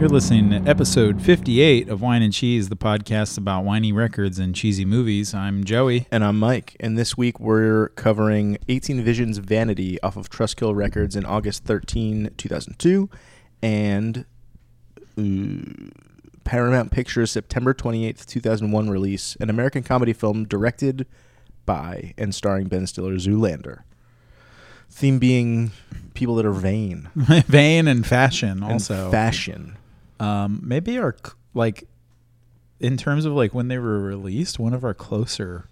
You're listening to episode 58 of Wine and Cheese, the podcast about whiny records and cheesy movies. I'm Joey. And I'm Mike, and this week we're covering 18 Visions Vanity off of Trustkill Records in August 13, 2002, and uh, Paramount Pictures September 28th, 2001 release, an American comedy film directed by and starring Ben Stiller Zoolander. Theme being people that are vain Vain and fashion and also. fashion. um, maybe our, c- like, in terms of like when they were released, one of our closer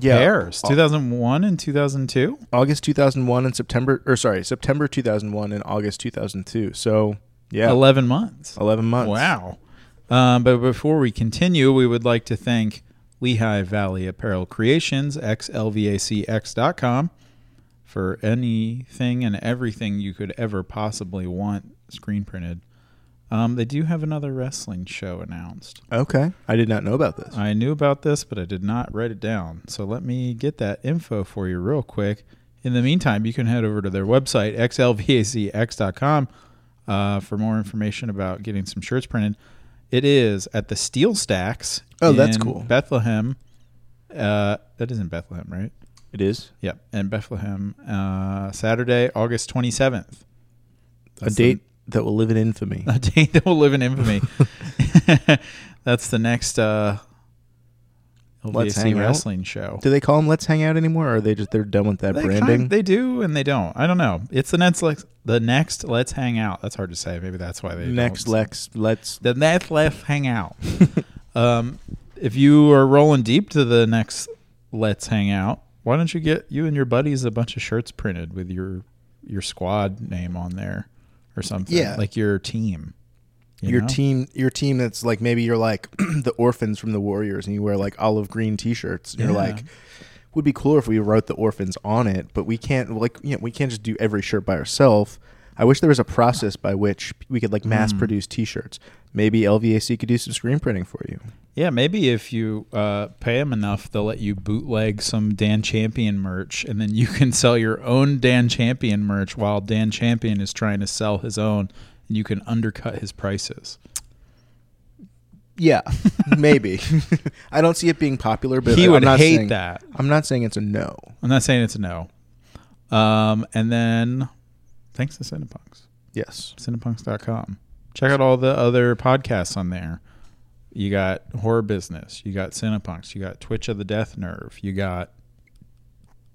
pairs, Au- 2001 and 2002. August 2001 and September, or sorry, September 2001 and August 2002. So, yeah. 11 months. 11 months. Wow. Um, but before we continue, we would like to thank Lehigh Valley Apparel Creations, xlvacx.com, for anything and everything you could ever possibly want screen printed. Um, they do have another wrestling show announced. Okay. I did not know about this. I knew about this, but I did not write it down. So let me get that info for you real quick. In the meantime, you can head over to their website, xlvacx.com, uh, for more information about getting some shirts printed. It is at the Steel Stacks. Oh, that's in cool. Bethlehem. Uh, that is in Bethlehem, right? It is. Yep, in Bethlehem, uh, Saturday, August 27th. That's a the- date that will live in infamy. a day that will live in infamy. That's the next uh, Let's LVAC hang out. wrestling show. do they call them Let's Hang Out anymore? Or are they just, they're done with that They kind- branding? they do and they don't. I don't know. It's the next Lex, the next Let's Hang Out. That's hard to say. Maybe that's why they Next, don't. Lex, Let's. the next Let's Hang Out. um, if you are rolling deep to the next Let's Hang Out, why don't you get you and your buddies a bunch of shirts printed with your your squad name on there or something? Yeah. like your team. you Your know? team, your team that's like maybe you're like the orphans from the Warriors, and you wear like olive green T-shirts. And You're Yeah. like, would be cooler if we wrote the orphans on it, but we can't like you know we can't just do every shirt by ourselves. I wish there was a process by which we could like mass produce T-shirts. Maybe LVAC could do some screen printing for you. Yeah, maybe if you uh, pay them enough, they'll let you bootleg some Dan Champion merch, and then you can sell your own Dan Champion merch while Dan Champion is trying to sell his own, and you can undercut his prices. Yeah, maybe. I don't see it being popular, but he I- I'm would not hate saying- that. I'm not saying it's a no. I'm not saying it's a no. Um, and then thanks to Cinepunks, Yes. cinepunks.com. Check out all the other podcasts on there. You got Horror Business, you got Cinepunks, you got Twitch of the Death Nerve, you got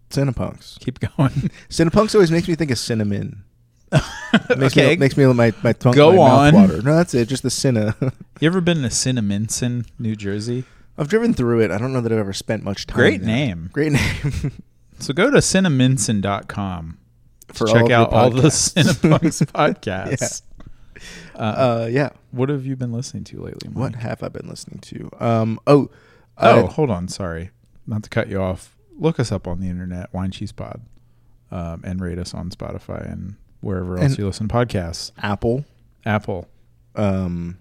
Cinepunks. keep going. Cinepunks always makes me think of cinnamon. Makes Me, Okay. makes me my my tongue Go my on. Mouth water. No, that's it. Just the cinna. You ever been to Cinnaminson, New Jersey? I've driven through it. I don't know that I've ever spent much time. Great there. name. Great name. So go to cinnaminson.com to For all check of your out all the podcasts. Cinepunks podcasts. Uh, uh, yeah. what have you been listening to lately? Mike? What have I been listening to? Um. Oh. Oh, uh, hold on. Sorry. Not to cut you off. Look us up on the internet, Wine Cheese Pod, um, and rate us on Spotify and wherever else And- you listen to podcasts. Apple. Apple. Um.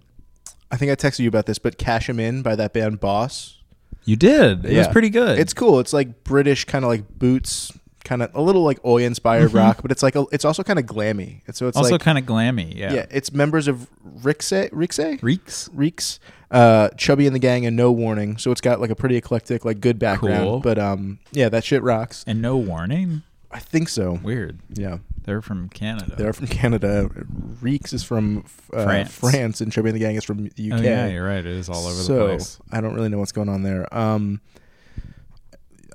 I think I texted you about this, but "Cash 'Em In" by that band Boss. You did. It was Yeah. pretty good. It's cool. It's like British, kind of like boots, kind of a little like oi inspired rock, but it's like a, it's also kind of glammy. And so it's Mm-hmm. also like kind of glammy. Yeah. yeah, it's members of Rixay, Rixay, Reeks. Reeks, uh, Chubby and the Gang, and No Warning. So it's got like a pretty eclectic, like good background. Cool. But um, yeah, that shit rocks. And no warning. I think so. Weird. Yeah, They're from Canada. they're from Canada. Reeks is from uh, France. France. and Chubby and the Gang is from the UK. Oh, yeah, you're right. It is all over so the place. I don't really know what's going on there. Um,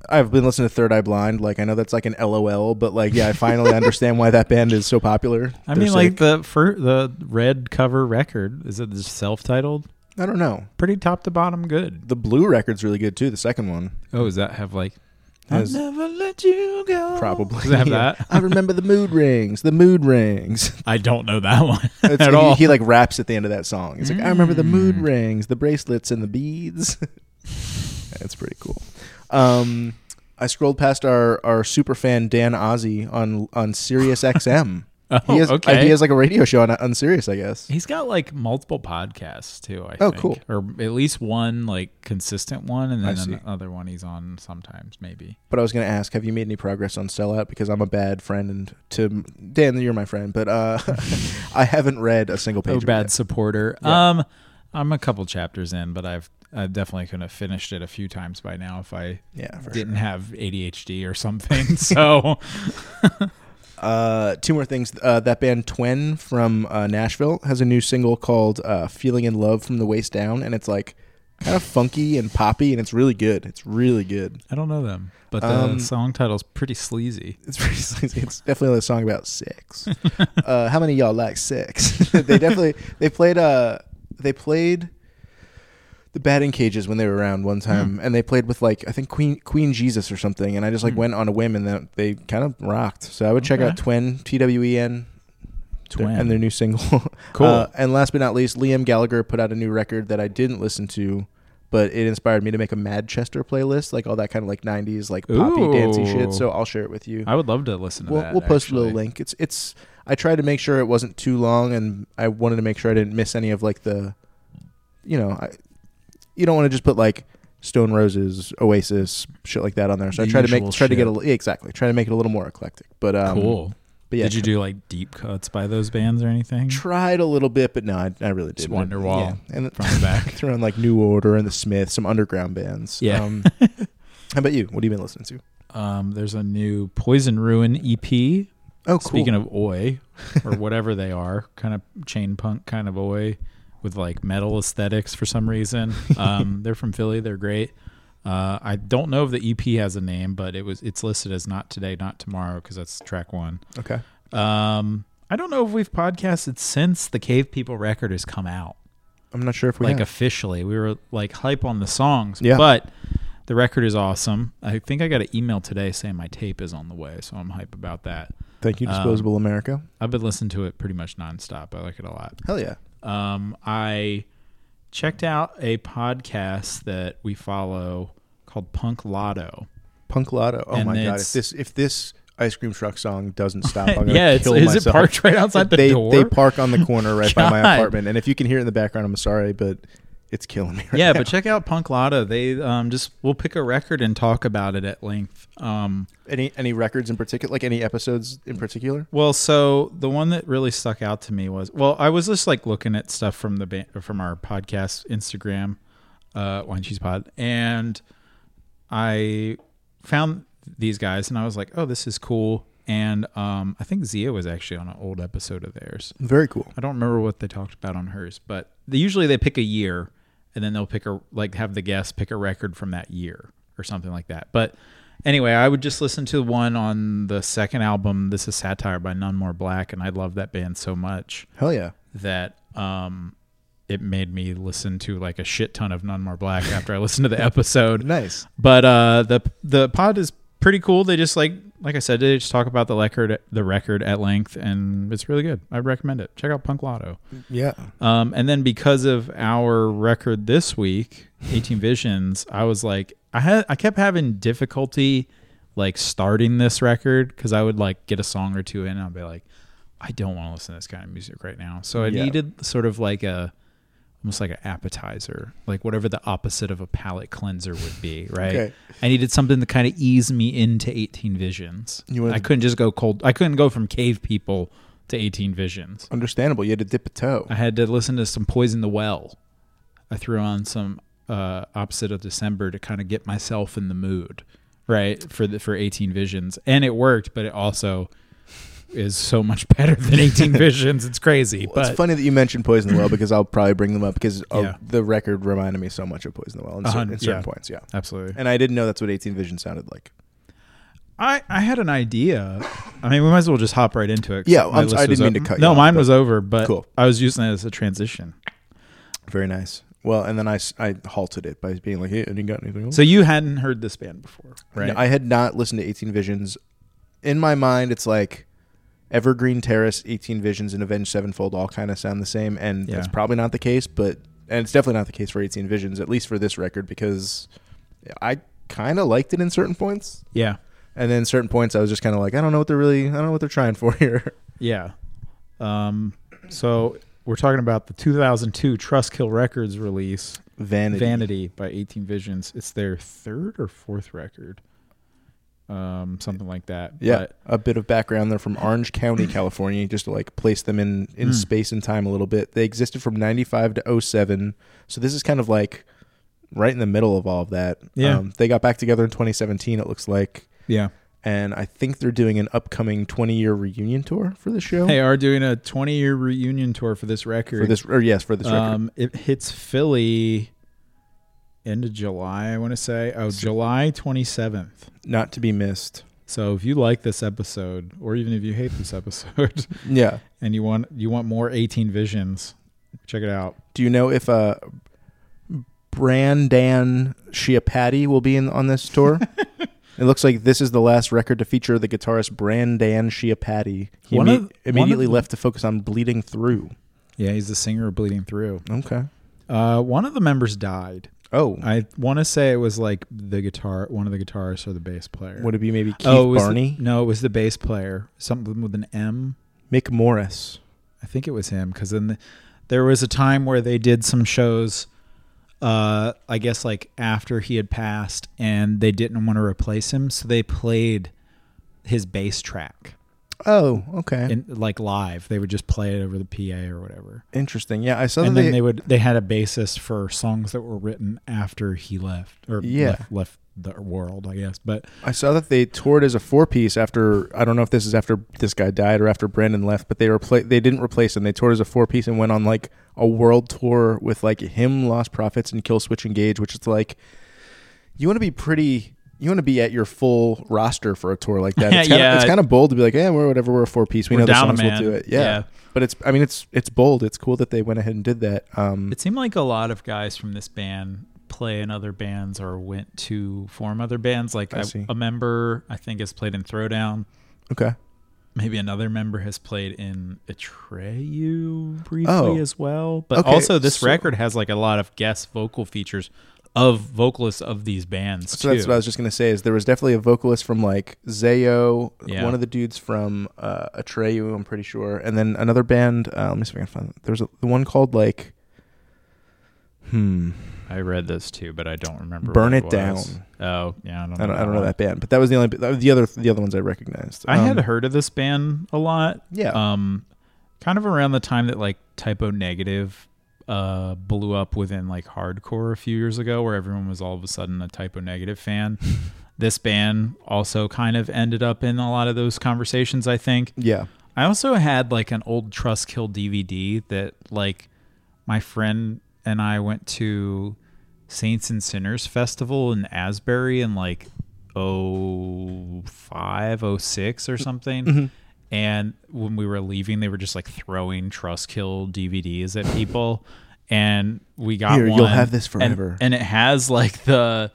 I've been listening to Third Eye Blind. Like I know that's like an LOL, but like yeah, I finally understand why that band is so popular. I They're mean, like sick. the fir- the red cover record is it just self titled? I don't know. Pretty top to bottom good. The blue record's really good too. The second one. Oh, does that have like? Has- never let you go. Probably Oh. Does it have Yeah. that? I remember the mood rings. The mood rings. I don't know that one It's- at he, all. Mm. he like raps at the end of that song. He's like, I remember the mood rings, the bracelets and the beads. That's pretty cool. Um, I scrolled past our our super fan Dan Ozzie on on Sirius XM. Oh, He has okay. he has like a radio show on Unserious, I guess. He's got like multiple podcasts too. I Oh, think. cool. Or at least one like consistent one, and I then see. another one he's on sometimes, maybe. But I was going to ask, have you made any progress on Sellout? Because I'm a bad friend, and to Dan, you're my friend, but uh, I haven't read a single page. Oh, of it bad yet. supporter. Um, I'm a couple chapters in, but I've I definitely could have finished it a few times by now if I Yeah, for didn't have ADHD or something. so Uh, two more things. Uh, that band Twen from uh, Nashville has a new single called uh, "Feeling in Love from the Waist Down," and it's like kind of funky and poppy, and it's really good. It's really good. I don't know them, but the Um, song title's pretty sleazy. It's pretty sleazy. It's definitely a song about sex. uh, how many of y'all like sex? they definitely they played uh they played the batting cages when they were around one time, and they played with like I think Queen Queen Jesus or something, and I just like Hmm. went on a whim, and then they kind of rocked. So I would check Okay. out Twen T W E N their- Twin. and their new single. Cool. Uh, and last but not least, Liam Gallagher put out a new record that I didn't listen to, but it inspired me to make a Madchester playlist, like all that kind of like '90s like poppy dancey shit. Ooh. So I'll share it with you. I would love to listen to We'll, that. we'll post a actually. little link. It's it's. I tried to make sure it wasn't too long, and I wanted to make sure I didn't miss any of like the, you know, I, you don't want to just put like Stone Roses, Oasis, shit like that on there. So I The tried to make usual tried to get a shit. li- yeah, exactly try to make it a little more eclectic. But um, cool. But yeah, Did you do like deep cuts by those bands or anything? tried a little bit, but no, I, I really Just didn't. Wonderwall yeah. and Front and back. throwing like New Order and the Smiths, some underground bands. Yeah. Um, how about you? What have you been listening to? Um, there's a new Poison Ruin E EP Oh, cool. Speaking of oi, or whatever they are, kind of chain punk kind of oi with like metal aesthetics for some reason. Um, they're from Philly. They're great. Uh, I don't know if the EP has a name, but it was it's listed as not today, not tomorrow because that's track one. okay, Um, I don't know if we've podcasted since the Cave People record has come out, I'm not sure if we like have. officially. We were like hype on the songs, Yeah. but the record is awesome. I think I got an email today saying my tape is on the way, so I'm hype about that. Thank you, um, Disposable America. I've been listening to it pretty much nonstop. I like it a lot. Hell yeah. Um, I checked out a podcast that we follow called Punk Lotto. Punk Lotto. Oh And my god! it's- If this if this ice cream truck song doesn't stop, I'm gonna yeah, it's, kill is myself. it parked right outside the they door? they park on the corner right by God. my apartment, and if you can hear it in the background, I'm sorry, but it's killing me. Right yeah, now. but check out Punk Lotto. They um, just we'll pick a record and talk about it at length. Um, any any records in particular, like any episodes in particular? Well, so the one that really stuck out to me was well, I was just like looking at stuff from the ba- from our podcast Instagram, uh, Wine Cheese Pod, and I found these guys, and I was like, oh, this is cool. And um, I think Zia was actually on an old episode of theirs. Very cool. I don't remember what they talked about on hers, but they, usually they pick a year and then they'll pick a like have the guest pick a record from that year or something like that. But anyway, I would just listen to the one on the second album, This Is Satire by None More Black, and I love that band so much Hell yeah. that um it made me listen to like a shit ton of None More Black after I listened to the episode. Nice. But uh, the the pod is pretty cool. They just like like I said, they just talk about the record the record at length, and it's really good. I recommend it. Check out Punk Lotto. Yeah. Um, and then because of our record this week, 18 Visions, I was like, I had I kept having difficulty like starting this record because I would like get a song or two in, and I'd be like, I don't want to listen to this kind of music right now. So I Yeah. needed sort of like a almost like an appetizer, like whatever the opposite of a palate cleanser would be, right? Okay. I needed something to kind of ease me into 18 Visions. You wanted I to- couldn't just go cold. I couldn't go from Cave People to 18 Visions. Understandable. You had to dip a toe. I had to listen to some Poison the Well. I threw on some uh, Opposite of December to kind of get myself in the mood, right for the for 18 Visions, and it worked. But it also is so much better than 18 Visions. It's crazy, Well, but it's funny that you mentioned Poison the Well because I'll probably bring them up because of Yeah. the record reminded me so much of Poison the Well in, A cer- hun- in yeah. certain points. Yeah. absolutely. And I didn't know that's what 18 Vision sounded like. I I had an idea. I mean, we might as well just hop right into it. 'cause Yeah, my I'm list so- I didn't was mean o- to cut you No, off, mine but- was over, but Cool. I was using it as a transition. Very nice. Well, and then I, s- I halted it by being like, hey, have you got anything else? So you hadn't heard this band before, right? No, I had not listened to 18 Visions. In my mind, it's like Evergreen Terrace, 18 Visions, and Avenged Sevenfold all kind of sound the same. And Yeah. that's probably not the case, but, and it's definitely not the case for 18 Visions, at least for this record, because I kind of liked it in certain points. yeah. And then certain points, I was just kind of like, I don't know what they're really, I don't know what they're trying for here. Yeah. Um, so we're talking about the 2002 Trustkill Records release, Vanity. Vanity by 18 Visions. It's their third or fourth record, um, something like that. Yeah, But a bit of background. They're from Orange County, California, just to like place them in in Hmm. space and time a little bit. They existed from 95 to 07. So this is kind of like right in the middle of all of that. Um, Yeah. they got back together in 2017 it looks like, yeah, and I think they're doing an upcoming 20-year reunion tour for the show. they are doing a 20 year reunion tour for this record. for this or yes, for this record. Um, it hits Philly end of July, I want to say. Oh, July 27th. Not to be missed. So if you like this episode, or even if you hate this episode, Yeah. and you want you want more 18 visions, check it out. Do you know if uh Brandan Shiapati will be in on this tour? it looks like this is the last record to feature the guitarist Brandan Shiapati. He One imme- of- one immediately of the- left to focus on bleeding through. Yeah, he's the singer of Bleeding Through. Okay. Uh, one of the members died. Oh, I want to say it was like the guitar, one of the guitarists or the bass player. would it be maybe Keith oh, it was the- Barney? no, it was the bass player. Something with an M. Mick Morris. I think it was him because then the, there was a time where they did some shows. Uh, I guess like after he had passed, and they didn't want to replace him, so they played his bass track Oh, okay. in like live. They would just play it over the PA or whatever, Interesting. Yeah, I saw that and then they, they would they had a bassist for songs that were written after he left or Yeah. left, left the world, I guess. But I saw that they toured as a four piece after I don't know if this is after this guy died or after Brandon left, but they repla- they didn't replace him. They toured as a four piece and went on like a world tour with like him, Lost Prophets, and Kill Switch Engage, which is like you want to be pretty. You want to be at your full roster for a tour like that. It's kind of, Yeah. it's kind of bold to be like, yeah, we're whatever, we're a four piece. We We're know the down a songs will man." do it. Yeah. Yeah. but it's I mean it's it's bold. It's cool that they went ahead and did that. Um, It seemed like a lot of guys from this band play in other bands or went to form other bands. Like I I see. a member, I think, has played in Throwdown. okay, Maybe another member has played in Atreyu briefly Oh. as well. But Okay, also, this so- record has like a lot of guest vocal features of vocalists of these bands So too. that's what I was just gonna say. Is there was definitely a vocalist from like Zayo, Yeah. one of the dudes from uh, Atreyu, I'm pretty sure, and then another band. Uh, let me see if I can find. It. There's a, the one called like, hmm, I read this too, but I don't remember. Burn what It was. Oh yeah, I don't. I don't, I don't know one. that band, but that was the only that was the other the other ones I recognized. I had Um, Oh. heard of this band a lot. Yeah. Um, kind of around the time that like Typo Negative uh blew up within like hardcore a few years ago, where everyone was all of a sudden a Typo Negative fan. this band also kind of ended up in a lot of those conversations. I think. yeah. I also had like an old Trustkill DVD that like my friend and I went to Saints and Sinners Festival in Asbury in like oh five oh six or something. Mm-hmm. And when we were leaving, they were just like throwing Trustkill DVDs at people. And we got Here, one. you'll have this and- forever. and it has like the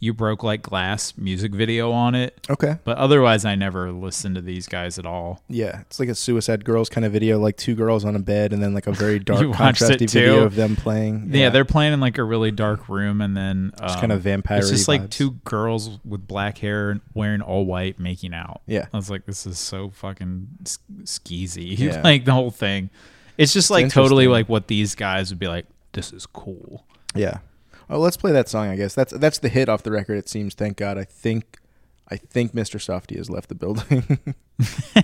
You Broke Like Glass music video on it. Okay. But otherwise, I never listened to these guys at all. Yeah, it's like a Suicide Girls kind of video, like two girls on a bed, and then like a very dark, You watched it contrasty video too? of them playing. Yeah, they're playing in like a really dark room, and then um, kind of vampire-y It's just vibes. like two girls with black hair and wearing all white, making out. Yeah. I was like, this is so fucking s- skeezy. Yeah. like the whole thing. It's just like totally interesting. like what these guys would be like. This is cool. Yeah. Oh, let's play that song. I guess that's that's the hit off the record. It seems. Thank God. I think, I think Mr. Softy has left the building. Whew,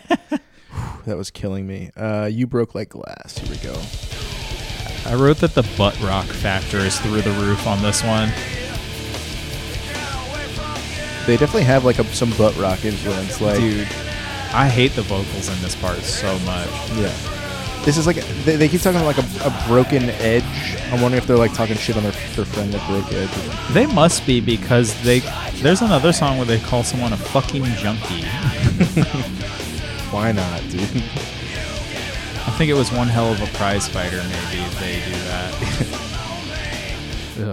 that was killing me. Uh, you broke like glass. Here we go. I wrote that the butt rock factor is through the roof on this one. They definitely have like a, some butt rock influence. Like, Dude, I hate the vocals in this part so much. yeah. This is like they, they keep talking about like a, a broken edge. I'm wondering if they're like talking shit on their, their friend that broke edge. They must be because they. There's another song where they call someone a fucking junkie. Why not, dude? I think it was one hell of a prize fighter. Maybe they do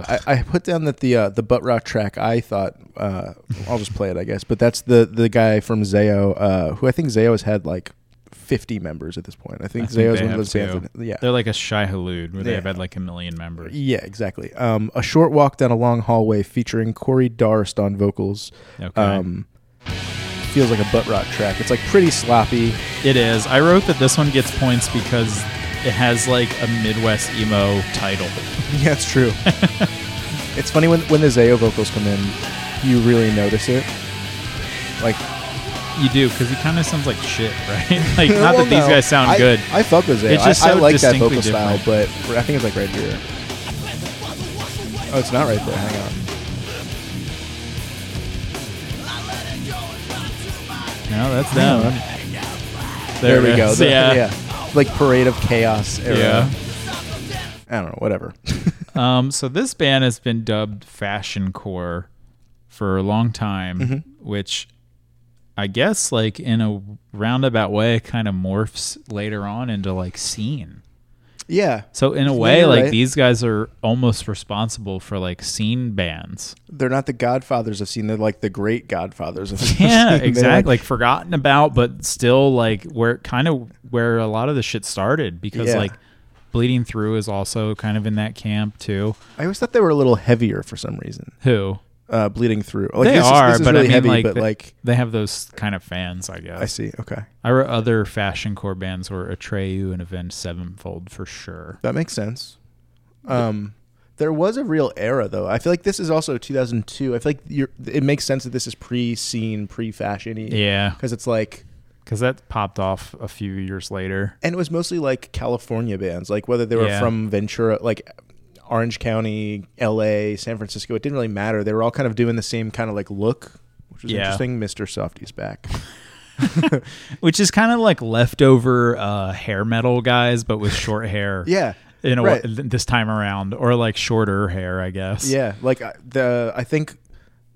that. I, I put down that the uh, the butt rock track. I thought uh, I'll just play it, I guess. But that's the the guy from Zayo, uh, who I think Zayo has had like fifty members at this point. I think, I think Zayo's they one of have those bands. too. that- Yeah, They're like a shy halud where they have Yeah. E- had like a million members. yeah, exactly. Um, a short walk down a long hallway featuring Corey Darst on vocals. Okay. Um, feels like a butt rock track. It's like pretty sloppy. It is. I wrote that this one gets points because it has like a Midwest emo title. Yeah, it's true. it's funny when when the Zayo vocals come in, you really notice it. Like You do because he kind of sounds like shit, right? Like not Well, that these no. guys sound I- good. I fuck with Zayo. It's just I, I so like that vocal distinctly style, but I think it's like right here. Oh, it's not right there. Hang on. no, that's them. There, it we go. is. The- yeah. Like Parade of Chaos era. Yeah. I don't know, whatever. Um, so this band has been dubbed Fashion Core for a long time, Mm-hmm. which I guess like in a roundabout way kind of morphs later on into like scene. yeah. So in a Yeah, way, you're like right. these guys are almost responsible for like scene bands. They're not the godfathers of scene. They're like the great godfathers of scene. Yeah, They're like- exactly. Like, forgotten about, but still like where kind of where a lot of the shit started because Yeah. like bleeding through is also kind of in that camp too. I always thought they were a little heavier for some reason. Who Uh, bleeding through. Like, they this is- are, this is but really I mean heavy, like, but they, like, they have those kind of fans, I I guess. see. Okay. I wrote other fashion core bands were Atreyu and Avenged Sevenfold for sure. That makes sense. Um, there was a real era though. I feel like this is also 2002. I feel like you're, it makes sense that this is pre-scene, pre-fashiony. Yeah, Because it's like, because that popped off a few years later. and it was mostly like California bands, like whether they were Yeah. from Ventura, like Orange County, L.A., San Francisco. It didn't really matter. They were all kind of doing the same kind of like look, which was Yeah. interesting. Mister Softy's back. which is kind of like leftover uh, hair metal guys, but with short hair. yeah. in a right. wa- this time around, or like shorter hair, I guess. Yeah, like I- the I think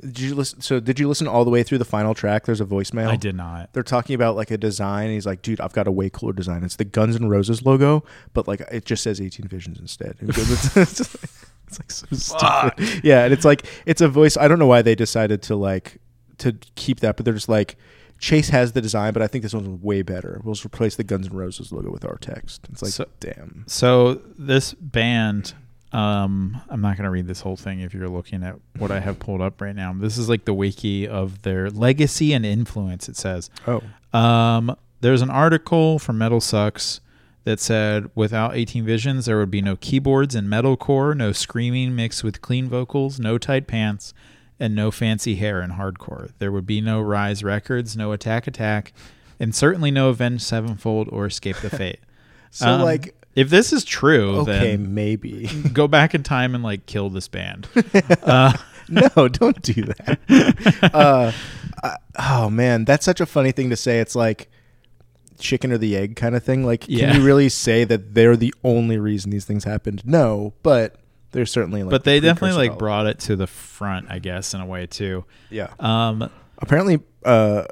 did you listen? So did you listen all the way through the final track? There's a voicemail. I did not. They're talking about like a design. And he's like, dude, I've got a way cooler design. It's the Guns N' Roses logo, but like it just says 18 Visions instead. It goes- it's, it's just like- it's, like so stupid. Yeah, and it's like it's a voice. I don't know why they decided to like to keep that, but they're just like. Chase has the design, but I think this one's way better. We'll just replace the Guns N' Roses logo with our text. It's like, So- damn. So this band, um, I'm not gonna read this whole thing if you're looking at what I have pulled up right now. This is like the wiki of their legacy and influence. It says. Oh, Um, there's an article from Metal Sucks that said without 18 Visions, there would be no keyboards in metalcore, no screaming mixed with clean vocals, no tight pants, and no fancy hair in hardcore. There would be no Rise Records, no Attack Attack, and certainly no Avenged Sevenfold or Escape the Fate. so Um, like, if this is true, okay, Um, then maybe. go back in time and like kill this band. Uh, no, don't do that. uh, I, oh man, that's such a funny thing to say. It's like chicken or the egg kind of thing. Like, Yeah. can you really say that they're the only reason these things happened? No, but they're certainly like. but the they definitely precursor to like all- brought it to the front, I guess, in a way too. Yeah. Um, Apparently, uh,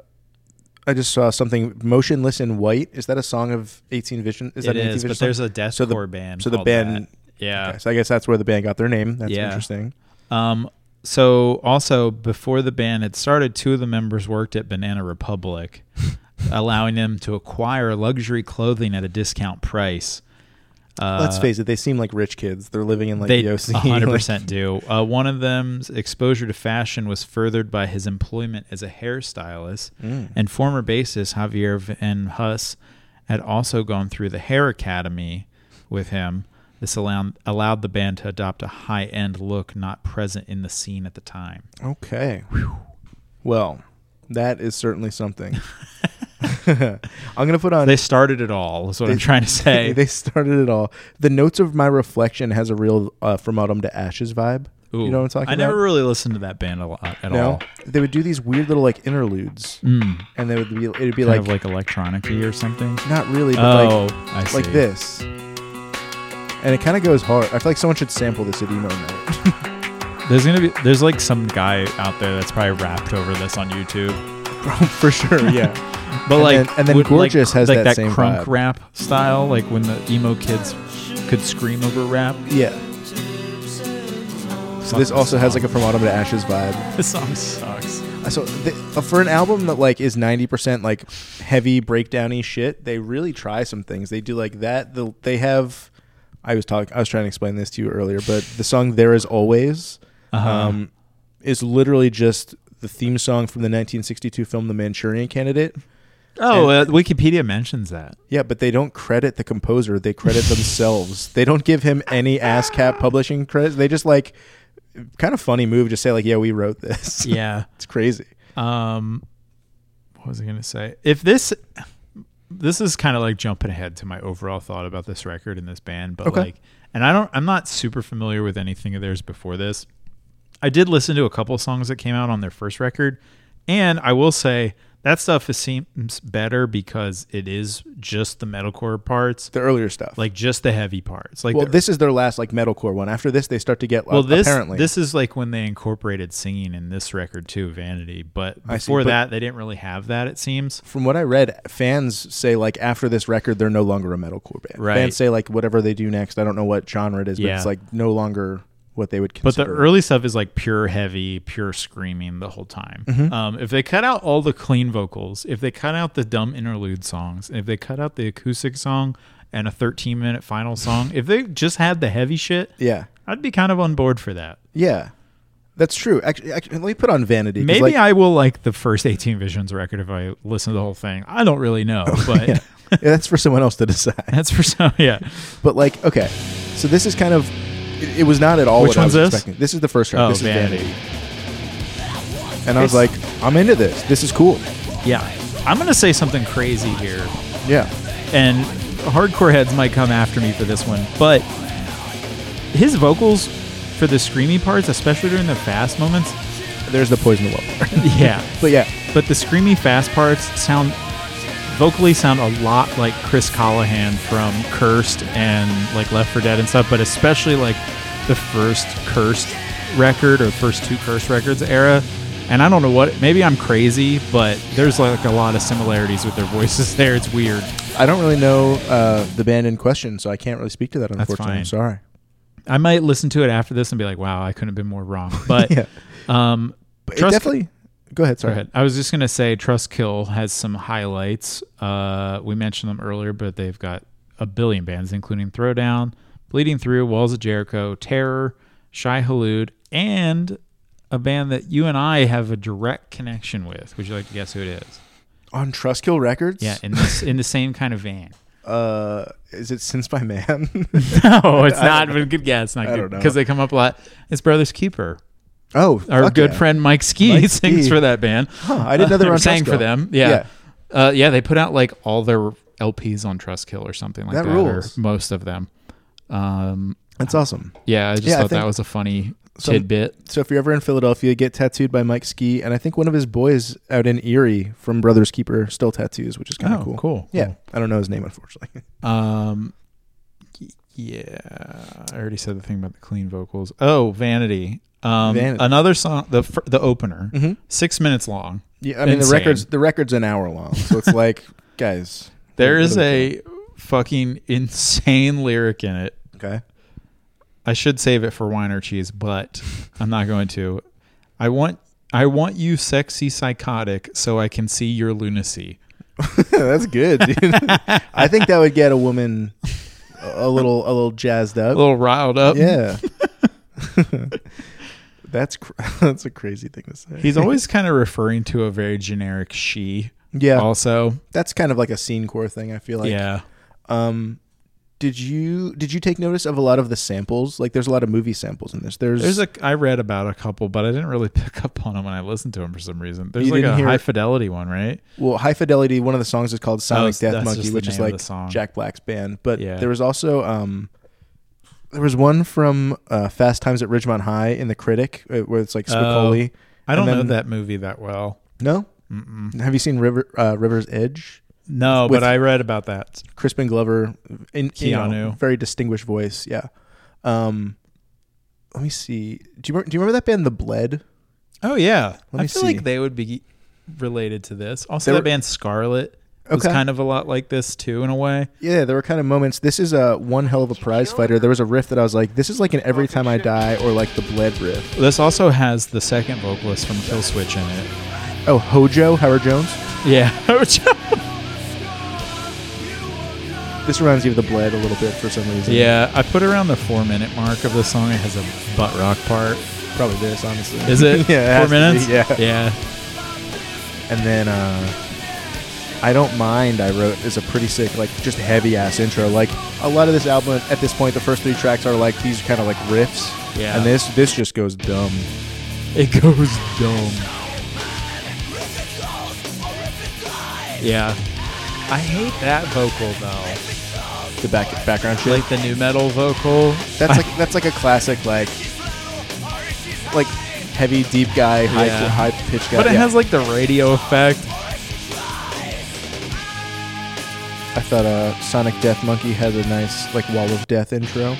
I just saw something. Motionless in White. Is that a song of 18 Vision? Is that it an 18 is, Vision? but song? there's a deathcore So the- band. so the called that. band- yeah. Okay, so I guess that's where the band got their name. That's Yeah. interesting. Um, so also before the band had started, two of the members worked at Banana Republic, allowing them to acquire luxury clothing at a discount price. Uh, Let's face it; they seem like rich kids. They're living in like they the OC. 100% do. Uh, one of them's exposure to fashion was furthered by his employment as a hairstylist, Mm. and former bassist Javier Van Hus had also gone through the hair academy with him. This allowed, allowed the band to adopt a high end look not present in the scene at the time. Okay. Well, that is certainly something. I'm gonna put on. They started it all, is what I'm They- trying to say. they started it all. The notes of my reflection has a real uh, from autumn to ashes vibe. Ooh. You know what I'm talking I about? never really listened to that band a lot at no, all. they would do these weird little like interludes, Mm, and they would be it'd be kind like, of like electronic or something. not really, but Oh, like I see. like this, and it kind of goes hard. I feel like someone should sample this at emo night. There's gonna be there's like some guy out there that's probably rapped over this on YouTube. for sure. Yeah, But And like then- and then would, like, Gorgeous has like that same crunk vibe. rap style, like when the emo kids could scream over rap. yeah. So this also has like a from autumn to ashes vibe. this song sucks. So th- uh, for an album that like is ninety percent like heavy breakdowny shit, they really try some things. They do like that. The, they have. I was talking. I was trying to explain Uh-huh. Um, this to you earlier, but the song "There Is Always" um, is um, literally just the theme song from the 1962 film The Manchurian Candidate. Oh, uh, Wikipedia mentions that. Yeah, but they don't credit the composer. They credit themselves. They don't give him any ASCAP publishing credit. They just like kind of funny move. Just say like, yeah, we wrote this. Yeah. it's crazy. Um, what was I going to say? If this, this is kind of like jumping ahead to my overall thought about this record and this band, but Okay. like, and I don't, I'm not super familiar with anything of theirs before this. I did listen to a couple songs that came out on their first record, and I will say that stuff is, seems better because it is just the metalcore parts, The earlier stuff. like just the heavy parts. Like well, the- this is their last like metalcore one. After this, they start to get uh, well, this apparently this is like when they incorporated singing in this record too, Vanity. But I see, before but- that, they didn't really have that. It seems. from what I read, fans say like after this record, they're no longer a metalcore band. Right. Fans say like whatever they do next. I don't know what genre it is, but Yeah. it's like no longer what they would But the consider. early stuff is like pure heavy, pure screaming the whole time. Mm-hmm. Um, if they cut out all the clean vocals, if they cut out the dumb interlude songs, if they cut out the acoustic song and a 13 minute final song, if they just had the heavy shit, yeah, I'd be kind of on board for that. yeah, that's true. Actually, actually let me put on Vanity. 'cause, Maybe like, I will like the first 18 Visions record if I listen to the whole thing. I don't really know, but yeah. Yeah, that's for someone else to decide. that's for some. Yeah. But like, okay, so this is kind of. It, it was not at all Which what I one's was this? expecting. This is the first track. Oh, this Vanity. is Vanity. And I was like, It's- I'm into this. This is cool. Yeah. I'm going to say something crazy here, Yeah. and hardcore heads might come after me for this one, but his vocals for the screamy parts, especially during the fast moments, There's the poison the well part. yeah. But yeah, But the screamy fast parts sound vocally sound a lot like Chris Callahan from Cursed and like Left for Dead and stuff, but especially like the first Cursed record or first two Cursed records era. And I don't know what maybe I'm crazy, but there's like a lot of similarities with their voices there. It's weird. I don't really know uh, the band in question, so I can't really speak to that. Unfortunately, I'm fine. sorry. I might listen to it after this and be like, wow, I couldn't have been more wrong. But Yeah, um but it Trust- definitely. Go ahead. Go Sorry. ahead. I was just gonna say Trust Kill has some highlights. Uh, we mentioned them earlier, but they've got a billion bands, including Throwdown, Bleeding Through, Walls of Jericho, Terror, Shy Halud, and a band that you and I have a direct connection with. Would you like to guess who it is? On Trustkill Records. Yeah, in this in the same kind of vein. Uh, is it Since by Man? No, it's not. But good guess. Not I good don't know. because they come up a lot. It's Brothers Keeper. oh, Our fuck good yeah. friend Mike Ski Mike sings Ski. for that band. I didn't know they were Or on sang Trustkill. for them. Yeah. Uh, yeah, they put out like all their LPs on Trustkill or something like That that, rules. or most of them. Um, That's awesome. yeah, I just Yeah, I thought think that was a funny some- tidbit. So if you're ever in Philadelphia, get tattooed by Mike Ski, and I think one of his boys out in Erie from Brothers Keeper still tattoos, which is kind of Oh, cool. cool, Yeah, cool. I don't know his name unfortunately. Um, y- yeah, I already said the thing about the clean vocals. Oh, Vanity. Um, Vanity. Another song, the fir- the opener, Mhm. six minutes long. Yeah, I mean the Insane. records the records an hour long, so it's like guys. There what is are we a fucking insane lyric in it doing? okay. I should save it for wine or cheese, but I'm not going to. I want I want you sexy psychotic so I can see your lunacy. That's good, dude. I think that would get a woman a a little a little jazzed A up. little riled up. yeah. that's cr- that's a crazy thing to say. He's always kind of referring to a very generic she. yeah. Also. that's kind of like a scene core thing. I feel like. yeah. Um, did you did you take notice of a lot of the samples? Like, there's a lot of movie samples in this. There's, There's a I read about a couple, but I didn't really pick up on them when I listened to them for some reason. There's You like didn't a hear high it? fidelity one, right? well, High Fidelity. One of the songs is called Sonic so Death that's Monkey, just the which is name of like the song. Jack Black's band. But Yeah. there was also um, there was one from uh, Fast Times at Ridgemont High in The Critic, uh, where it's like Spicoli. I don't And then- know that movie that well. No, Mm-mm. have you seen River uh, River's Edge? No, With- but I read about that. Crispin Glover, in, you know, Keanu. very distinguished voice. Yeah. Um, let me see. Do you remember, do you remember that band, The Bled? Oh yeah, Let me I feel see. like they would be related to this. Also, They were- that band Scarlet was Okay. kind of a lot like this too, in a way. Yeah, there were kind of moments. This is a one hell of a prize fighter. There was a riff that I was like, this is like an Every Time I Die or like the Bled riff. This also has the second vocalist from Killswitch in it. Oh, Hojo, Howard Jones. Yeah, Which- This reminds me of the Bled a little bit for some reason. yeah. I put around the four minute mark of the song. It has a butt rock part. Probably this, honestly. Is it yeah, four minutes? yeah. has to be, Yeah. yeah. And then uh, I don't mind. I wrote is a pretty sick, like just heavy ass intro. Like a lot of this album at this point, the first three tracks are like these kind of like riffs. Yeah. And this this just goes dumb. It goes dumb. Yeah. I hate that vocal though. The back background shit. Like the new metal vocal. that's like that's like a classic like like heavy deep guy high Yeah. high pitch guy. But it Yeah. has like the radio effect. I thought uh, Sonic Death Monkey had a nice like wall of death intro,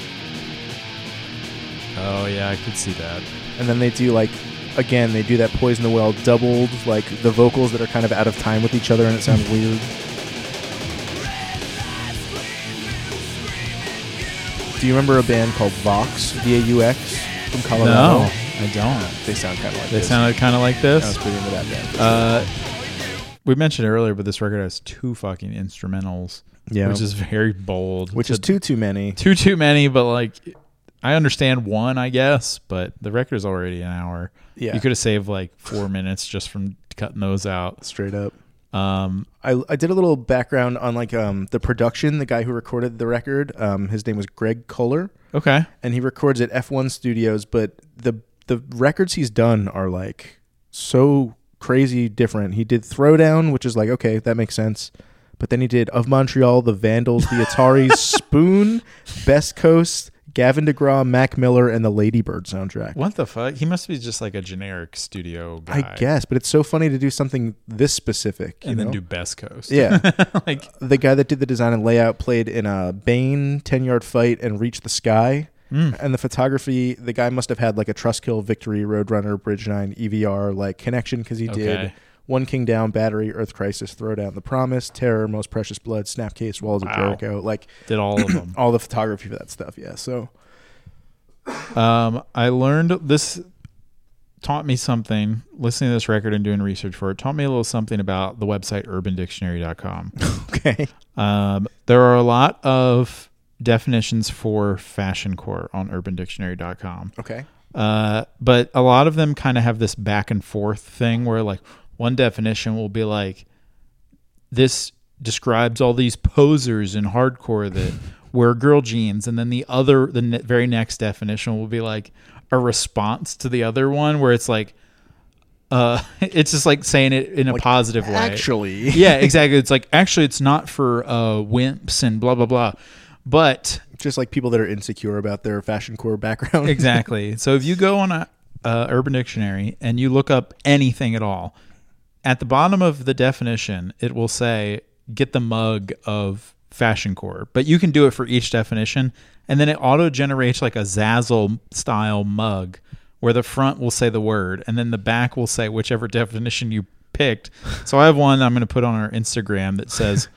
Oh yeah, I could see that. and then they do like again they do that Poison the Well doubled like the vocals that are kind of out of time with each other and it sounds weird. Do you remember a band called Vox V A U X from Colorado? No, I don't. They sound kind of like They this. sounded kind of like I this. was pretty into that band. Uh, we mentioned it earlier, but this record has two fucking instrumentals, yeah, which is very bold. which to- is too too many. too too many, but like I understand one, I guess, but the record is already an hour. Yeah. you could have saved like four minutes just from cutting those out. Straight up. Um, I, I did a little background on like um, the production. The guy who recorded the record, um, his name was Greg Kohler, okay, and he records at F1 Studios. But the the records he's done are like so crazy different. He did Throwdown, which is like okay, that makes sense. But then he did Of Montreal, The Vandals, The Ataris, Spoon, Best Coast, Gavin DeGraw, Mac Miller, and the Ladybird soundtrack. what the fuck? He must be just like a generic studio guy. I guess, but it's so funny to do something this specific. You and then know? do Best Coast. yeah. like the guy that did the design and layout played in a Bane 10 yard fight and reached the sky. Mm. And the photography, the guy must have had like a Truskill Victory, Roadrunner, Bridge 9, EVR like connection because he did Okay. One King Down, Battery, Earth Crisis, Throwdown, The Promise, Terror, Most Precious Blood, Snapcase, Walls of Wow. Jericho. Like did all of them. all the photography for that stuff. Yeah. So Um, I learned this taught me something listening to this record and doing research for it taught me a little something about the website urbandictionary.com okay. um, there are a lot of definitions for fashion core on urbandictionary.com Okay. uh, but a lot of them kind of have this back and forth thing where like one definition will be like this describes all these posers in hardcore that wear girl jeans and then the other the ne- very next definition will be like a response to the other one where it's like uh it's just like saying it in a positive way Actually, yeah exactly it's like actually it's not for uh wimps and blah blah blah but just like people that are insecure about their fashion core background. exactly. So if you go on a uh, Urban Dictionary and you look up anything at all, at the bottom of the definition, it will say get the mug of fashion core, but you can do it for each definition, and then it auto generates like a Zazzle style mug where the front will say the word and then the back will say whichever definition you picked. So I have one I'm going to put on our Instagram that says.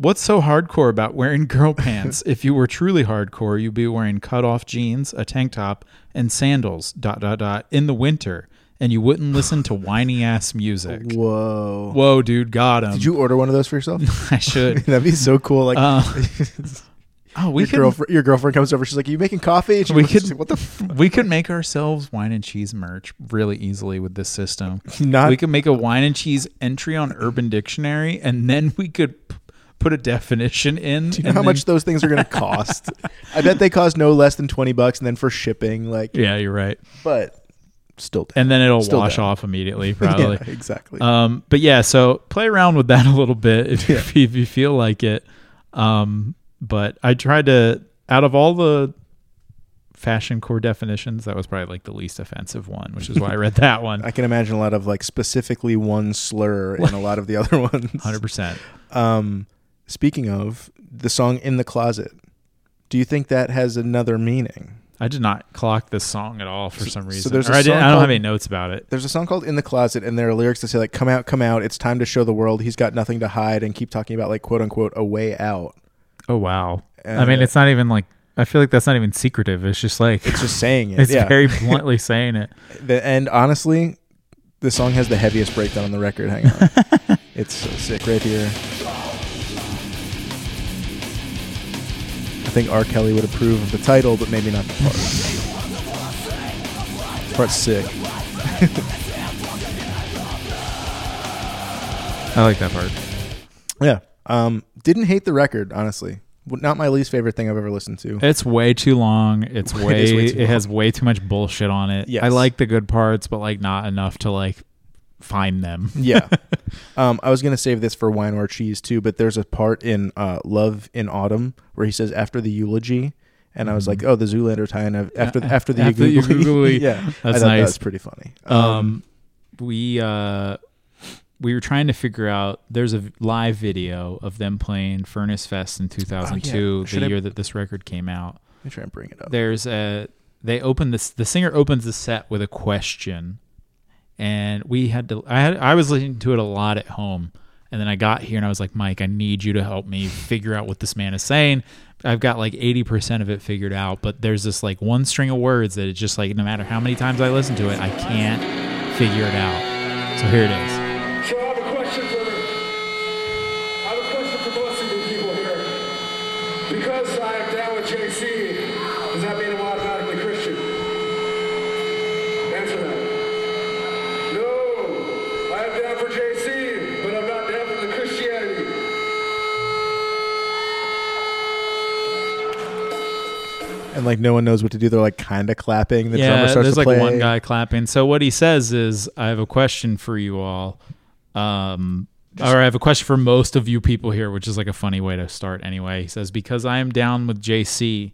What's so hardcore about wearing girl pants? if you were truly hardcore, you'd be wearing cut off jeans, a tank top, and sandals, dot, dot, dot, in the winter, and you wouldn't listen to whiny ass music. Whoa. Whoa, dude, got him. Did you order one of those for yourself? I should. That'd be so cool. Like, Uh, oh, we your could, girlfriend, your girlfriend comes over. She's like, "You making coffee?" And she We looks- could- what the f- we could make ourselves wine and cheese merch really easily with this system. not we could make a wine and cheese entry on Urban Dictionary, and then we could p- put a definition in. you know how much those things are going to cost. I bet they cost no less than twenty bucks, and then for shipping, like, Yeah, you're right. but still, down. And then it'll Still wash down. off immediately, probably. yeah, exactly. Um, but yeah, so play around with that a little bit if, if, you, if you feel like it. Um, but I tried to, out of all the fashion core definitions, that was probably like the least offensive one, which is why I read that one. I can imagine a lot of like specifically one slur in a lot of the other ones. 100%. Um, speaking of the song "In the Closet," do you think that has another meaning? I did not clock this song at all for some reason. there's a or I, didn't, song I don't called- have any notes about it. There's a song called "In the Closet," and there are lyrics that say like, "Come out, come out. It's time to show the world he's got nothing to hide," and keep talking about like quote unquote a way out. Oh, wow. Uh, I mean, it's not even like, I feel like that's not even secretive. It's just like, It's just saying it. it's yeah. very bluntly saying it. The, and honestly, the song has the heaviest breakdown on the record. Hang on. it's so sick right here. I think R. Kelly would approve of the title, but maybe not the part. part's sick. I like that part. Yeah. Um, didn't hate the record, honestly. W- Not my least favorite thing I've ever listened to. It's way too long. It's It way. is It, way too has way too much bullshit on it. Yes. I like the good parts, but like not enough to like find them. yeah. Um, I was gonna save this for wine or cheese too, but there's a part in uh, "Love in Autumn" where he says after the eulogy, and I was like, "Oh, the Zoolander tie-in of after the, after the Mm-hmm. After the eulogy." eulogy. yeah, I That's thought That nice. was pretty funny. Um, we uh, we were trying to figure out. There's a v- live video of them playing Furnace Fest in 2002, Oh, Should the I- year that this record came out. let me try and bring it up. There's a they open this. The singer opens the set with a question, and we had to. I had I was listening to it a lot at home, and then I got here and I was like, Mike, I need you to help me figure out what this man is saying. I've got like 80% of it figured out, but there's this like one string of words that it's just like no matter how many times I listen to it, I can't figure it out. So here it is. So I have a question for I have a question for most of you people here. Because I am down with JC, does that mean I'm automatically Christian? Answer that. No, I am down for JC, but I'm not down for the Christianity. and like no one knows what to do. They're like kind of clapping. The drummer starts there's to like play. one guy clapping. So what he says is, "I have a question for you all," um, or "I have a question for most of you people here," which is like a funny way to start. Anyway, he says, "Because I am down with JC,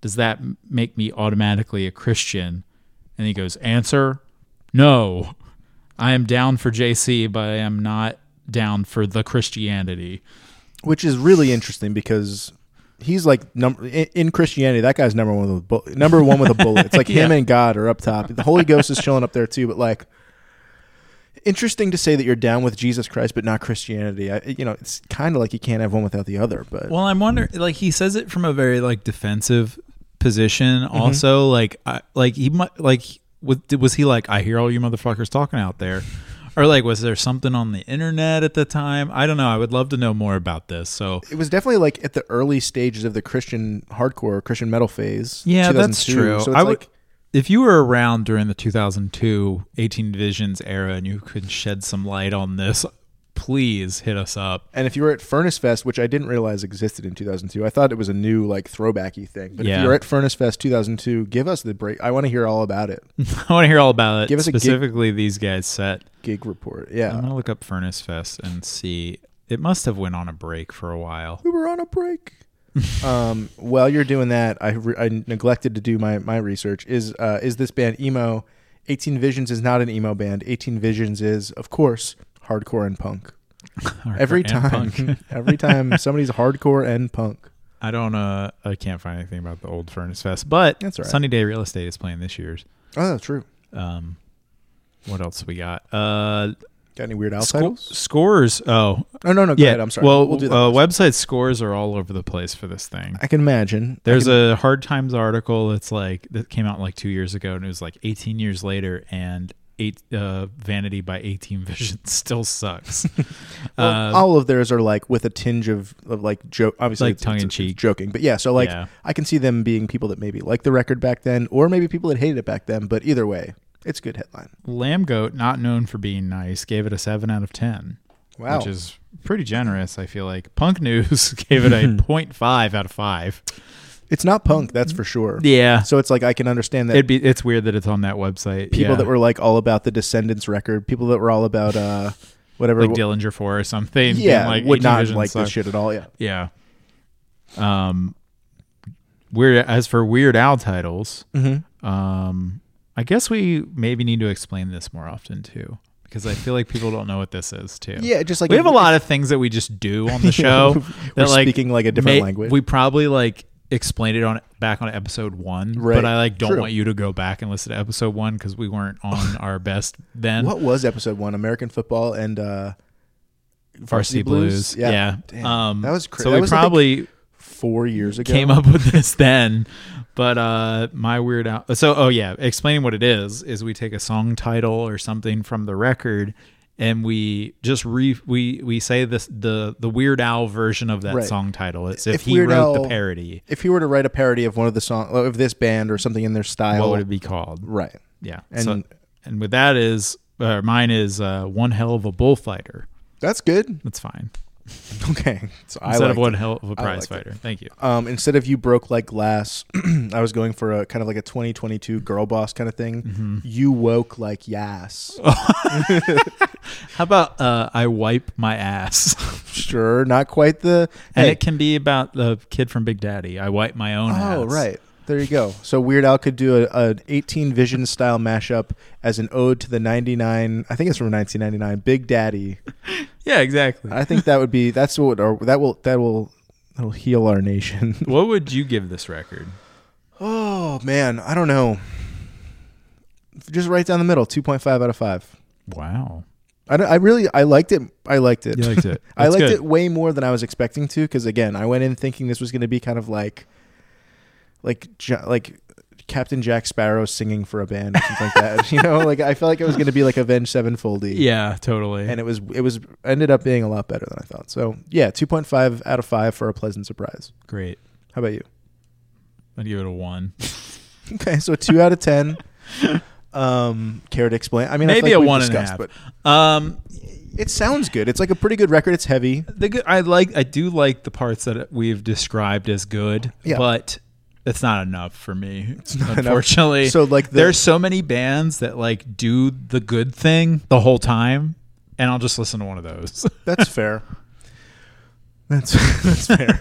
does that m- make me automatically a Christian?" And he goes, "Answer: No, I am down for JC, but I am not down for the Christianity." which is really interesting because he's like number in, in Christianity. That guy's number one with a bullet. Number one with a bullet. It's like him and God are up top. The Holy Ghost is chilling up there too. But like, interesting to say that you're down with Jesus Christ, but not Christianity. I, you know, it's kind of like you can't have one without the other. But Well, I'm wondering. Like he says it from a very like defensive position. Mm-hmm. Also, like I, like he mu- like was, was he like I hear all you motherfuckers talking out there, or like was there something on the internet at the time? I don't know. I would love to know more about this. So it was definitely like at the early stages of the Christian hardcore, Christian metal phase. yeah, that's 2002. true. So it's I would. like. if you were around during the 2002 18 Divisions era and you could shed some light on this, please hit us up. And if you were at Furnace Fest, which I didn't realize existed in 2002, I thought it was a new like throwbacky thing. But if Yeah. you were at Furnace Fest 2002, give us the break. I want to hear all about it. I want to hear all about it. Give us a gig- specifically these guys set. Gig report. I'm Yeah, gonna look up Furnace Fest and see. It must have went on a break for a while. we were on a break. um, while you're doing that, I, re- I neglected to do my my research. Is uh, is this band emo? 18 Visions is not an emo band. 18 Visions is, of course, hardcore and punk. Every And time, punk. every time somebody's hardcore and punk. I don't. Uh, I can't find anything about the old Furnace Fest, but That's all right. Sunny Day Real Estate is playing this year's. Oh, true. Um, what else we got? Uh, Got any weird out sco- titles? scores. Oh, Oh no, no. Go yeah. ahead. I'm sorry. Well, we'll do that. uh, last. website scores are all over the place for this thing. I can imagine. I There's can- a Hard Times article that's like that came out like two years ago, and it was like 18 years later, and eight uh, Vanity by 18 Vision still sucks. Well, uh, all of theirs are like with a tinge of, of like joke, obviously Like it's- tongue it's- in it's cheek. joking, but yeah. So like, Yeah. I can see them being people that maybe liked the record back then, or maybe people that hated it back then. But either way, it's a good headline. Lamb Goat, not known for being nice, gave it a seven out of ten. Wow, which is pretty generous. I feel like Punk News gave it a 0.5 out of five. it's not punk, that's for sure. Yeah, So it's like I can understand that it'd be it's weird that it's on that website. people yeah. that were like all about the Descendants record, people that were all about uh whatever, like Dillinger Four or something. being yeah, like would 18 not Visions like sucks. this shit at all. Yeah, Yeah. Um, weird. As for Weird Al titles, Mm-hmm. um, I guess we maybe need to explain this more often too, because I feel like people don't know what this is too. Yeah, just like- we have a lot of things that we just do on the show. We're that, like, speaking, like, a different language. We probably like explained it on back on episode one, Right. but I like don't True. want you to go back and listen to episode one because we weren't on our best then. what was episode one? American football and uh Varsity Blues. Yeah, Yeah. Damn. Um, that was crazy. So we probably. four years ago came up with this then but uh my weird out so oh yeah explaining what it is is we take a song title or something from the record and we just re we we say this the the weird owl version of that Right. song title it's if, If he Weird wrote Al- the parody if you were to write a parody of one of the song of this band or something in their style what would it be called right Yeah. And- And and with that is uh, mine is uh, one hell of a bullfighter. That's good. That's fine. Okay. So I Instead liked of one hell of a I liked prize fighter. Thank you. um, instead of you broke like glass, I was going for a kind of like a 2022 girl boss kind of thing. Mm-hmm. You woke like yas. Oh. How about uh, I wipe my ass? Sure, not quite the. and Hey, it can be about the kid from Big Daddy. I wipe my own ass. oh, right. There you go. So Weird Al could do a, a 18 Vision style mashup as an ode to the 99. I think it's from 1999. Big Daddy. Yeah, exactly. I think that would be. That's what. Or that will. That will. That will heal our nation. what would you give this record? oh man, I don't know. Just right down the middle. 2.5 out of five. Wow. I, don't- I really I liked it. I liked it. You liked it. I That's liked good. it way more than I was expecting to because again, I went in thinking this was going to be kind of like like Ja- like Captain Jack Sparrow singing for a band or something like that. You know, like I felt like it was going to be like Avenged Sevenfoldy. Yeah, totally. And it was it was ended up being a lot better than I thought. So yeah, two point five out of five for a pleasant surprise. Great. How about you? I'd give it a one. Okay, so two out of ten. Um, care to explain? I mean, I feel Maybe like a we've one and a discussed, half. But Um, it sounds good. It's like a pretty good record. It's heavy. the good, I like I do like the parts that we've described as good, Yeah. but it's not enough for me. not enough. unfortunately, So, like, the- there's so many bands that like do the good thing the whole time, and I'll just listen to one of those. That's fair. That's that's fair.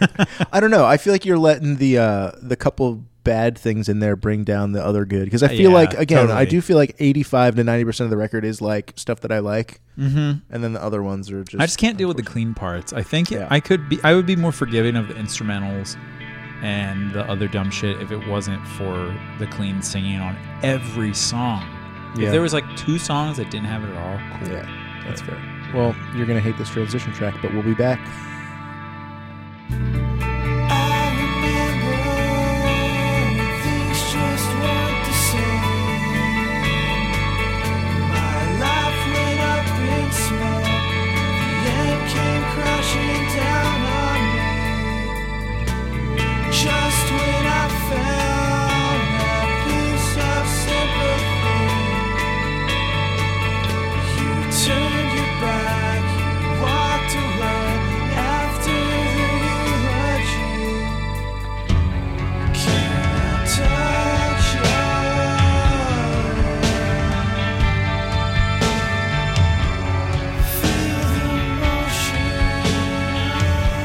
I don't know. I feel like you're letting the uh, the couple bad things in there bring down the other good because I feel Yeah, like again I totally. do feel like 85 to 90 percent of the record is like stuff that I like, mm-hmm. and then the other ones are just I just can't deal with the clean parts. I think Yeah. I could be I would be more forgiving of the instrumentals and the other dumb shit if it wasn't for the clean singing on every song. Yeah. If there was like two songs that didn't have it at all, cool. yeah that's fair. Well, you're gonna hate this transition track, but we'll be back. Just when I found that piece of sympathy, you turned your back, you walked away after the eulogy. Can I touch you? Feel the motion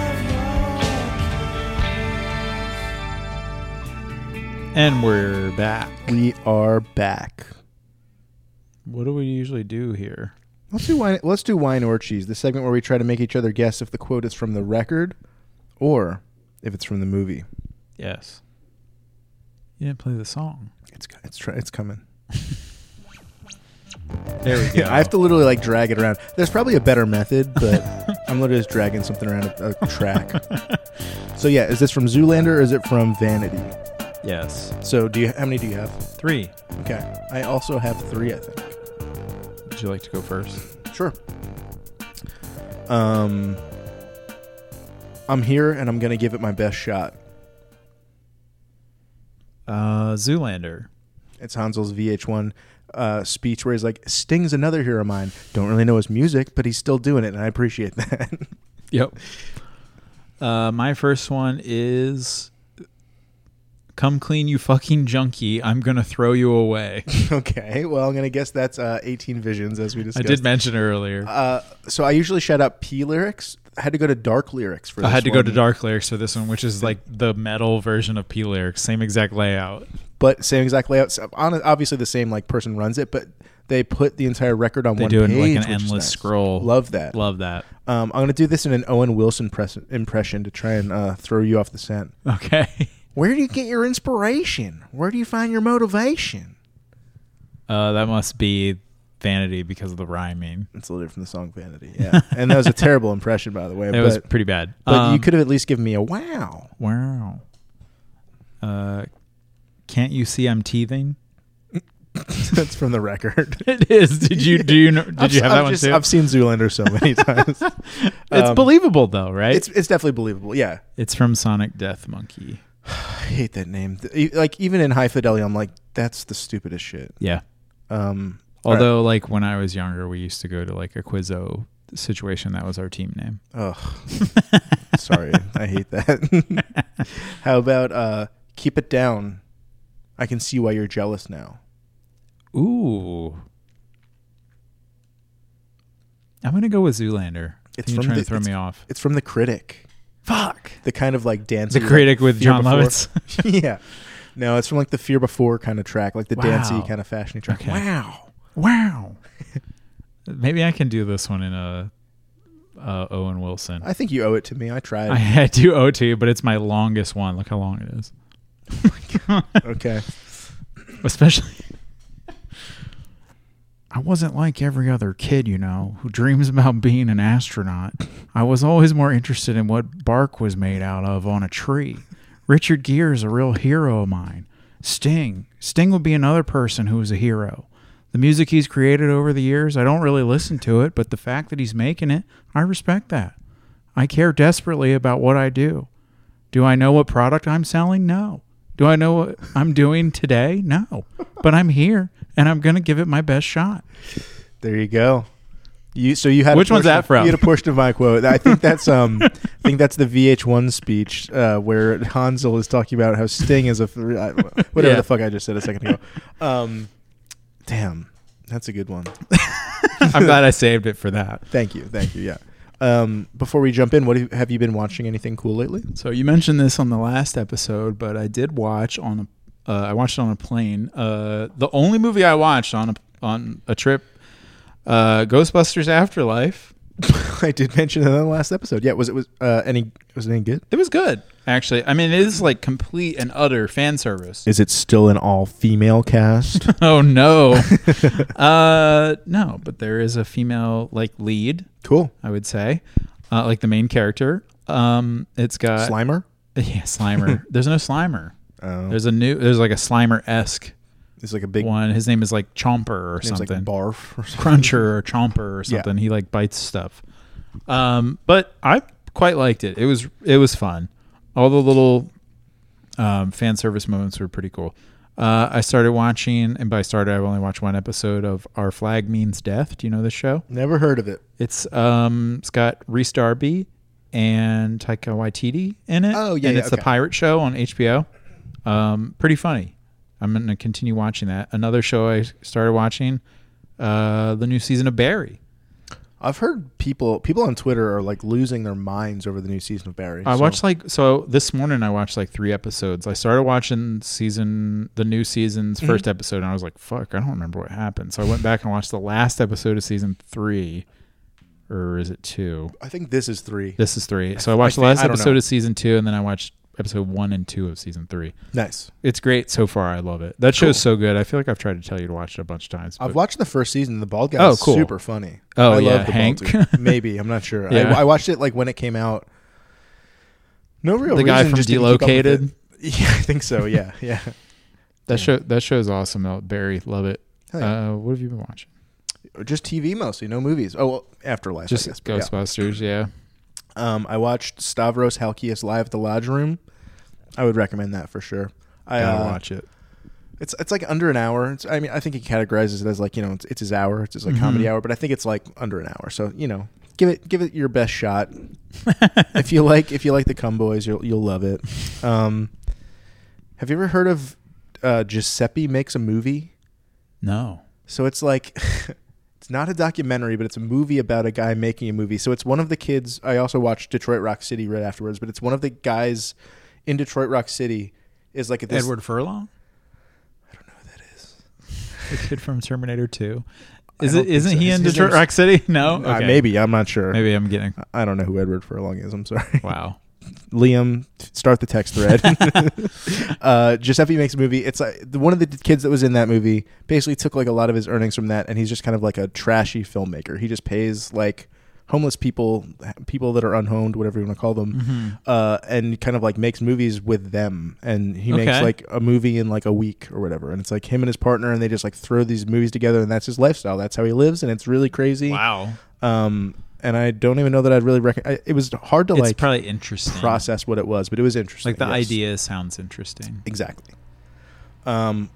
of your and we're back. We are back. What do we usually do here? Let's do wine. Let's do wine or cheese. The segment where we try to make each other guess if the quote is from the record, or if it's from the movie. Yes. You didn't play the song. It's it's try, it's coming. There we go. I have to literally like drag it around. There's probably a better method, but I'm literally just dragging something around a, a track. so yeah, is this from Zoolander or is it from Vanity? Yes. So do you how many do you have? Three. Okay, I also have three. I think. Would you like to go first? Sure. Um, I'm here and I'm gonna give it my best shot. Uh Zoolander. It's Hansel's VH1 uh, speech where he's like, "Sting's another hero of mine. Don't really know his music, but he's still doing it, and I appreciate that." Yep. Uh, my first one is Come clean, you fucking junkie. I'm going to throw you away. okay, well, I'm gonna guess that's uh, 18 Visions as we I discussed. did mention earlier. Uh, so I usually shout out P lyrics. I had to go to dark lyrics for. I this had to go one. to dark lyrics for this one, which is like the metal version of P lyrics. Same exact layout. but same exact layout. So, on- obviously, the same like person runs it, but they put the entire record on They one do it page, in like an which is endless nice. scroll. Love that. Love that. Um, I'm gonna do this in an Owen Wilson press- impression to try and uh, throw you off the scent. Okay. Where do you get your inspiration? Where do you find your motivation? Uh, that must be vanity because of the rhyming. It's literally from the song Vanity. Yeah, and that was a terrible impression, by the way. It but was pretty bad. but you Um, could have at least given me a wow. Wow. Uh, can't you see I'm teething? That's from the record. It is. Did you do you know, did I've- you have I've that one just- too? I've seen Zoolander so many times. it's um, believable though, right? It's it's definitely believable. Yeah, It's from Sonic Death Monkey. I hate that name. Th- e- Like even in High Fidelity, I'm like, that's the stupidest shit. Yeah. Um, Although, like when I was younger, we used to go to like a Quizzo situation. That was our team name. ugh. Sorry, I hate that. How about uh, keep it down? I can see why you're jealous now. Ooh. I'm gonna go with Zoolander. I It's think you're from trying the- to throw me off. It's from the critic. Fuck. The kind of like dance. The critic with John Lovitz. yeah. No, it's from like the Fear Before kind of track, like the dancey Wow. kind of fashiony track. Okay. Wow. wow. Maybe I can do this one in a uh, Owen Wilson. I think you owe it to me. I tried. I, I do owe to you, but it's my longest one. Look how long it is. Oh okay. Especially. I wasn't like every other kid, you know, who dreams about being an astronaut. I was always more interested in what bark was made out of on a tree. Richard Gere is a real hero of mine. Sting. Sting would be another person who is a hero. The music he's created over the years, I don't really listen to it, but the fact that he's making it, I respect that. I care desperately about what I do. Do I know what product I'm selling? No. Do I know what I'm doing today? No. But I'm here and I'm going to give it my best shot. There you go. You so you had a Which one's portion- that from? You had a portion of my quote. I think that's um, I think that's the VH1 speech uh, where Hansel is talking about how Sting is a f- I- whatever Yeah. the fuck I just said a second ago. Um, damn, that's a good one. I'm glad I saved it for that. Thank you, thank you. Yeah. Um, before we jump in, what have you, have you been watching? Anything cool lately? So you mentioned this on the last episode, but I did watch on a uh, I watched it on a plane. Uh, the only movie I watched on a on a trip, uh, Ghostbusters Afterlife. I did mention it in the last episode. Yeah, was it was uh, any was it any good? It was good, actually. I mean, it is like complete and utter fan service. Is it still an all female cast? Oh no, uh, no. But there is a female like lead, cool. I would say, uh, like the main character. Um, it's got Slimer. yeah, Slimer. there's no Slimer. Oh, There's a new. There's like a Slimer esque it's like a big one. His name is like Chomper or name's like something, Barf or something. Cruncher or Chomper or something. He like bites stuff. Um, but I quite liked it. It was it was fun. All the little um, fan service moments were pretty cool. Uh, I started watching, and by started, I've only watched one episode of Our Flag Means Death. Do you know this show? Never heard of it. It's um, it's got Reese Darby and Taika Waititi in it. Oh, yeah, and yeah, it's the okay. pirate show on HBO. Um, pretty funny. I'm gonna continue watching that. Another show I started watching, uh, the new season of Barry. I've heard people people on Twitter are like losing their minds over the new season of Barry. I so- watched like so this morning. I watched like three episodes. I started watching season the new Mm-hmm. season's first episode, and I was like, "Fuck, I don't remember what happened." So I went back and watched the last episode of season three, or is it two? I think this is three. This is three. So I watched I the think- last I don't episode know. of season two, and then I watched episode one and two of season three. Nice. It's great so far. I love it. That show's so good. I feel like I've tried to tell you to watch it a bunch of times. I've but- watched the first season. The bald guy Oh, is cool. super funny. Oh, I yeah, love the Hank. bald dude. Maybe I'm not sure. Yeah. I, I watched it like when it came out. No real. The guy reason, from just didn't keep up with it. Delocated? Yeah, I think so. Yeah, yeah. that show. That show's awesome. though. Barry, love it. Hell yeah. Uh, what have you been watching? Just TV mostly, no movies. Oh, well, Afterlife. Just I guess, but yeah. Ghostbusters. Yeah. Um, I watched Stavros Halkias live at the Lodge Room. I would recommend that for sure. I gotta uh, watch it. It's it's like under an hour. It's, I mean, I think he categorizes it as like you know, it's, it's his hour. It's his like Mm-hmm. comedy hour, but I think it's like under an hour. So you know, give it give it your best shot. if you like if you like the Cum Boys, you'll you'll love it. Um, have you ever heard of uh, Giuseppe makes a movie? No. So it's like it's not a documentary, but it's a movie about a guy making a movie. So it's one of the kids. I also watched Detroit Rock City right afterwards, but it's one of the guys in Detroit Rock City is like this Edward Furlong? I don't know who that is. the kid from Terminator 2. Is don't it, think isn't so. he in His Detroit name's- Rock City? No? Uh, Okay. maybe I'm not sure. Maybe I'm getting. I don't know who Edward Furlong is. I'm sorry. Wow. Liam, start the text thread. uh, Giuseppe makes a movie. It's uh, the one of the kids that was in that movie basically took like a lot of his earnings from that, and he's just kind of like a trashy filmmaker. He just pays like homeless people, people that are unhomed, whatever you want to call them, Mm-hmm. uh, and kind of like makes movies with them. And he makes Okay. like a movie in like a week or whatever. And it's like him and his partner, and they just like throw these movies together, and that's his lifestyle. That's how he lives, and it's really crazy. Wow. Um, and I don't even know that I'd really recommend. It was hard to It's like probably interesting. process what it was, but it was interesting. Mm-hmm. like the yes. idea sounds interesting. exactly. Um,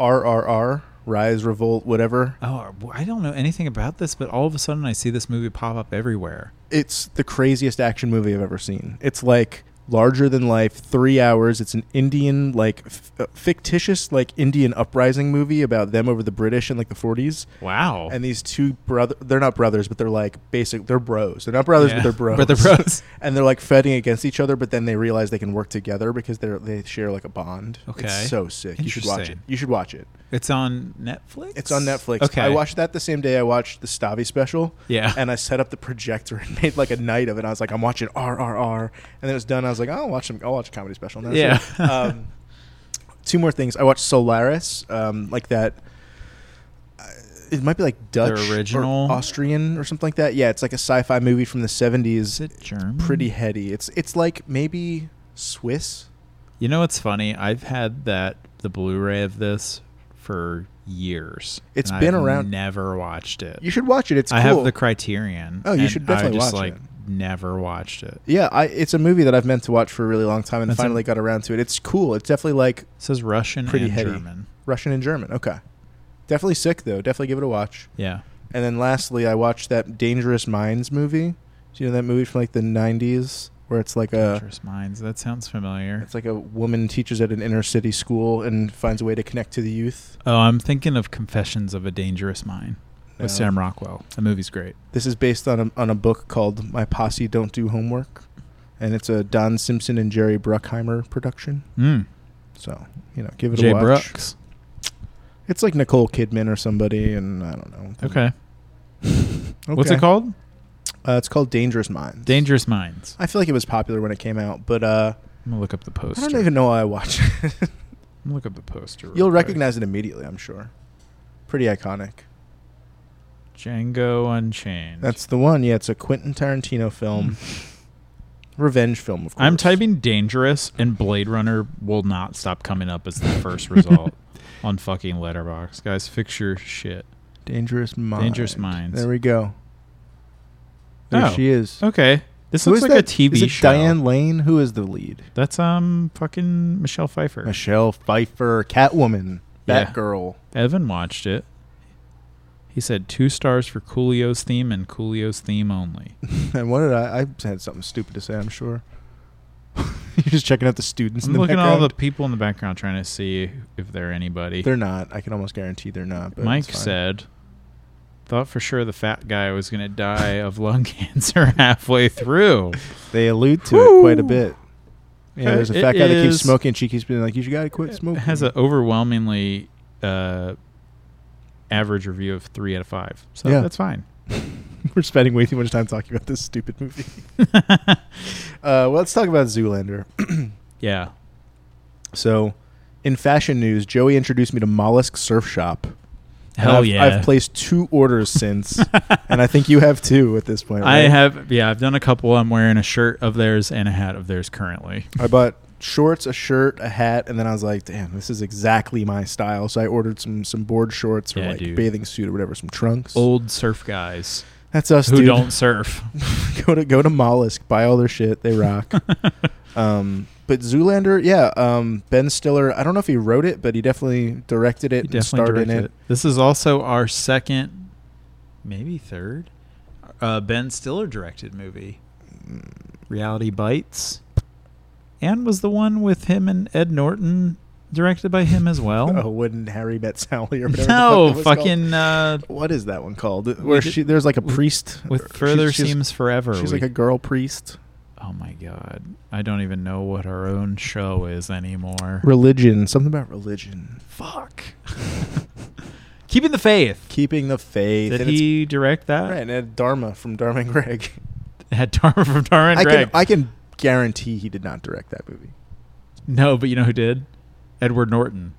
RRR Rise, Revolt, whatever. Oh, I don't know anything about this, but all of a sudden I see this movie pop up everywhere. It's the craziest action movie I've ever seen. It's like larger than life, three hours. It's an Indian, like f- uh, fictitious, like Indian uprising movie about them over the British in like the 40s. Wow. And these two brother, they're not brothers, but they're like basic, they're bros. They're not brothers, Yeah. but they're bros. But they're bros. and they're like fighting against each other, but then they realize they can work together because they're they share like a bond. Okay. It's so sick. You should watch it. Interesting. You should watch it. It's on Netflix. It's on Netflix. Okay. I watched that the same day I watched the Stavi special. Yeah. And I set up the projector and made like a night of it. I was like, I'm watching RRR, and then it was done. I was like, I'll watch some. I'll watch a comedy special. now. Yeah. So, um, two more things. I watched Solaris, um, like that. uh, It might be like Dutch original? or Austrian or something like that. Yeah, it's like a sci-fi movie from the Is '70s. it German? Pretty heady. It's it's like maybe Swiss. You know what's funny? I've had that the Blu-ray of this for years. It's It's been around- Never watched it. You should watch it. It's I cool. have the Criterion. Oh, you and should definitely I just, watch like, it. Never watched it. Yeah, I, it's a movie that I've meant to watch for a really long time and That's a- finally got around to it. It's cool. It's definitely like It says Russian Pretty and heady. German. Russian and German. Okay. Definitely sick though. Definitely give it a watch. Yeah. And then lastly, I watched that Dangerous Minds movie. Do you know that movie from like the 90s where it's like a Dangerous Minds. That sounds familiar. it's like a woman teaches at an inner city school and finds a way to connect to the youth. Oh, I'm thinking of Confessions of a Dangerous Mind with No. Sam Rockwell. The movie's great. This is based on a, on a book called My Posse Don't Do Homework, and it's a Don Simpson and Jerry Bruckheimer production. Mm. So you know, give it Jay a watch. Brooks. It's like Nicole Kidman or somebody, and I don't know. Okay. What's Okay. it called? Uh, it's called Dangerous Minds. Dangerous Minds. I feel like it was popular when it came out, but uh, I'm gonna look up the I poster. don't even know why I watch it. I'm gonna look up the poster. real You'll quick. recognize it immediately, I'm sure. Pretty iconic. Django Unchained. That's the one. Yeah, it's a Quentin Tarantino film, revenge film, of course. I'm typing dangerous and Blade Runner will not stop coming up as the first result on fucking Letterbox. Guys, fix your shit. Dangerous Minds. Dangerous Minds. There we go. There Oh. she is. Okay. This Who looks is like that? a TV is it show. Diane Lane. Who is the lead? That's um fucking Michelle Pfeiffer. Michelle Pfeiffer, Catwoman, Yeah. Batgirl. Evan watched it. He said two stars for Coolio's theme and Coolio's theme only. And what did I? I had something stupid to say. I'm sure. You're just checking out the students. I'm in the looking at background. all the people in the background trying to see if they're anybody. They're not. I can almost guarantee they're not. But Mike it's fine. said, "Thought for sure the fat guy was going to die of lung cancer halfway through." they allude to it quite a bit. Yeah, there's a It fat guy that keeps is- smoking. She keeps being like, "You gotta quit It smoking." has an overwhelmingly uh, average review of three out of five, so Yeah. that's fine. We're spending way too much time talking about this stupid movie. uh, well, let's talk about Zoolander. Yeah, So, in fashion news, Joey introduced me to Mollusk Surf Shop. And hell I've, yeah. I've placed two orders since, and I think you have two at this point. I right? have yeah, I've done a couple. I'm wearing a shirt of theirs and a hat of theirs currently. I bought shorts, a shirt, a hat, and then I was like, "Damn, this is exactly my style." So I ordered some some board shorts or Yeah, like dude. bathing suit or whatever, some trunks. Old surf guys That's us, who dude. don't surf. go to go to Mollusk, buy all their shit. They rock. um, but Zoolander, yeah. Um, ben Stiller. I don't know if he wrote it, but he definitely directed it. He and definitely starred directed in it. This is also our second, maybe third, uh, Ben Stiller directed movie, Reality Bites, and was the one with him and Ed Norton, directed by him as well. Oh, wouldn't Harry Met Sally or whatever? the fuck no, that was fucking uh, called. What is that one called? Where did- she there's like a priest or- with further she's- she's- seems forever. She's we- like a girl priest. oh my god, I don't even know what our own show is anymore. Religion, something about religion, Fuck. Keeping the faith. keeping the faith. Did and it's- he direct that? right, and Ed Dharma from Dharma and Greg. Had Dharma from Dharma and I Greg. can I can guarantee he did not direct that movie. No, but you know who did? Edward Norton.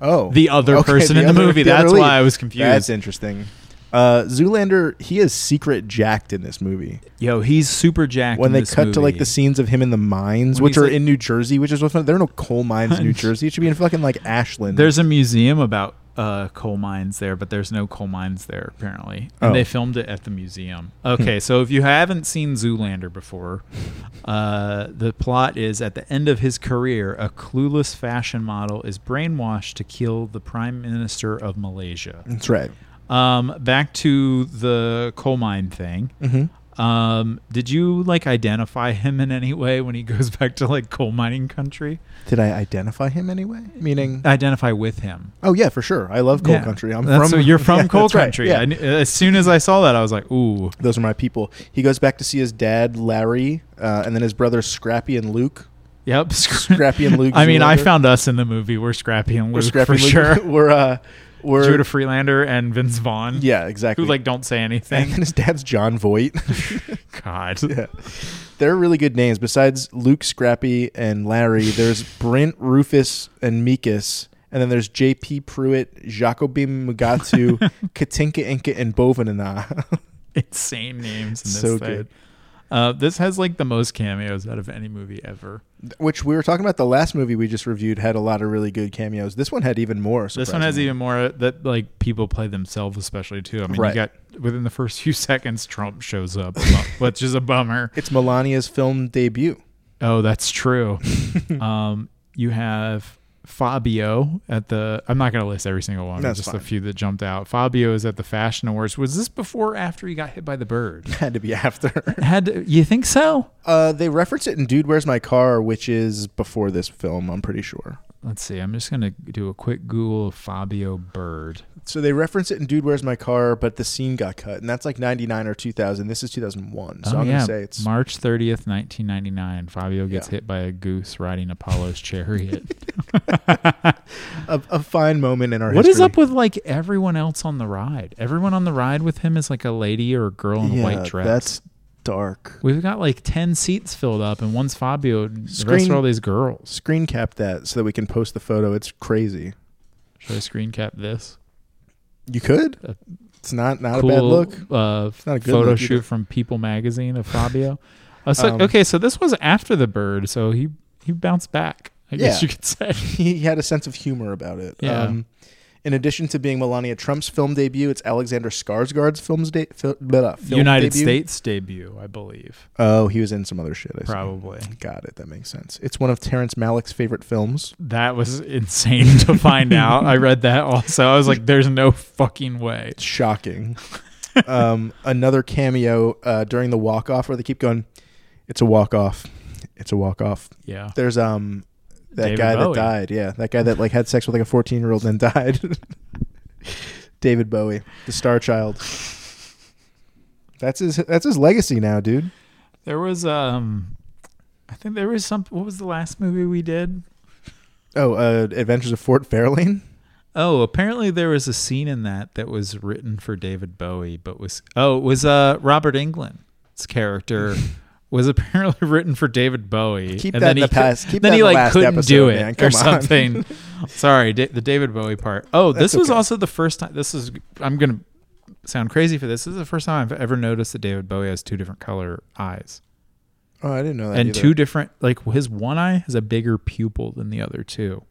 Oh, The other person in the movie. That's lead. why I was confused. That's interesting. Uh, Zoolander, he is secret jacked in this movie. Yo, he's super jacked. When in they this cut to like movie. the scenes of him in the mines, When which he's, are like- in New Jersey, which is what's funny. There are no coal mines in New Hun- Jersey. It should be in fucking like Ashland. there's a museum about uh, coal mines there, but there's no coal mines there apparently. And Oh. Hmm. they filmed it at the museum. Okay, so if you haven't seen Zoolander before, uh, the plot is at the end of his career, a clueless fashion model is brainwashed to kill the prime minister of Malaysia. That's right. Um, back to the coal mine thing. Mm-hmm. Um, did you like identify him in any way when he goes back to like coal mining country? Did I identify him anyway? Meaning, Identify with him. oh yeah, for sure. I love coal Yeah. country. I'm That's- from. So you're from Yeah, coal that's right. country. Yeah. I kn- as soon as I saw that, I was like, ooh. those are my people. He goes back to see his dad, Larry, uh, and then his brothers, Scrappy and Luke. Yep. Scrappy and Luke I mean, I Zoolander. found us in the movie. We're Scrappy and Luke We're Scrappy for and Luke. sure. we're uh, we're Judah Freelander and Vince Vaughn. yeah, exactly. Who like don't say and then anything. his dad's John Voight. God. yeah, they're really good names. Besides Luke, Scrappy, and Larry, there's Brent, Rufus, and Mikus. And then there's J.P. Pruitt, Jacobim Mugatu, Katinka Inka, and Bovenina. Insane names in this So thing. good. Uh, this has like the most cameos out of any movie ever. Which we were talking about the last movie we just reviewed had a lot of really good cameos. This one had even more. This one has surprisingly. even more that like people play themselves, especially too. I mean, Right. you got within the first few seconds, Trump shows up, which is a bummer. It's Melania's film debut. Oh, that's true. um, you have Fabio at the. I'm not going to list every single one. That's just fine. a few that jumped out. Fabio is at the Fashion Awards. Was this before or after he got hit by the bird? Had to be after. Had to- you think so? Uh, they reference it in Dude Where's My Car, which is before this film, I'm pretty sure. Let's see. I'm just going to do a quick Google of Fabio Bird. So they reference it in Dude Where's My Car, but the scene got cut, and that's like 99 or 2000. This is 2001. So Oh, I'm yeah. going to say it's. March 30th, 1999. Fabio gets Yeah. hit by a goose riding Apollo's chariot. a, a fine moment in our What is history. up with like everyone else on the ride? Everyone on the ride with him is like a lady or a girl in yeah, a white dress. That's dark. We've got like ten seats filled up, and one's Fabio. and The rest Screen- are all these girls. Screen cap that so that we can post the photo. It's crazy. Should I screen cap this? You could. Uh, It's not not a bad look. Uh, not a good photo look either. shoot from People Magazine of Fabio. I was like, Um, okay, so this was after the bird, so he he bounced back. I guess Yeah. you could say. he had a sense of humor about it. Um, Yeah. in addition to being Melania Trump's film debut, it's Alexander Skarsgård's film's de- fil- blah, film United debut. States debut, I believe. Oh, he was in some other shit. I see. Probably. Got it. That makes sense. It's one of Terrence Malick's favorite films. That was insane to find out. I read that also. I was like, there's no fucking way. It's shocking. um, another cameo uh, during the walk off where they keep going. It's a walk off. It's a walk off. Yeah. There's um that David guy Bowie. that died. Yeah, that guy that like had sex with like a 14 year old and then died. David Bowie, the star child. That's his. That's his legacy now, dude. There was um I think there was some what was the last movie we did? Oh, uh, Adventures of Fort Fairlane. Oh, apparently there was a scene in that that was written for David Bowie, but was oh, it was uh Robert England's character was apparently written for David Bowie. Keep that in the cou- past- keep then that he in the like last couldn't do episode, it man. or Come on. something. Sorry, da- the David Bowie part. Oh, this That's was okay. also the first time. This is I'm gonna sound crazy for this. This is the first time I've ever noticed that David Bowie has two different color eyes Oh, I didn't know that. and either. two different like his one eye has a bigger pupil than the other two.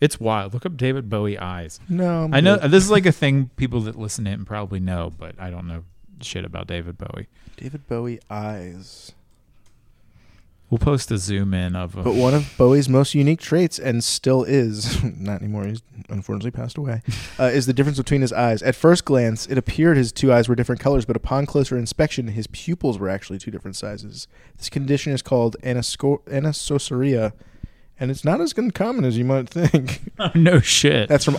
It's wild. Look up David Bowie eyes. No, I'm I know good. this is like a thing people that listen to him probably know, but I don't know shit about David Bowie. David Bowie eyes. We'll post a zoom in of But him. one of Bowie's most unique traits, and still is, not anymore, he's unfortunately passed away, uh, is the difference between his eyes. At first glance, it appeared his two eyes were different colors, but upon closer inspection, his pupils were actually two different sizes. This condition is called anasco- anasocoria, and it's not as uncommon as you might think. no shit. Oh. That's from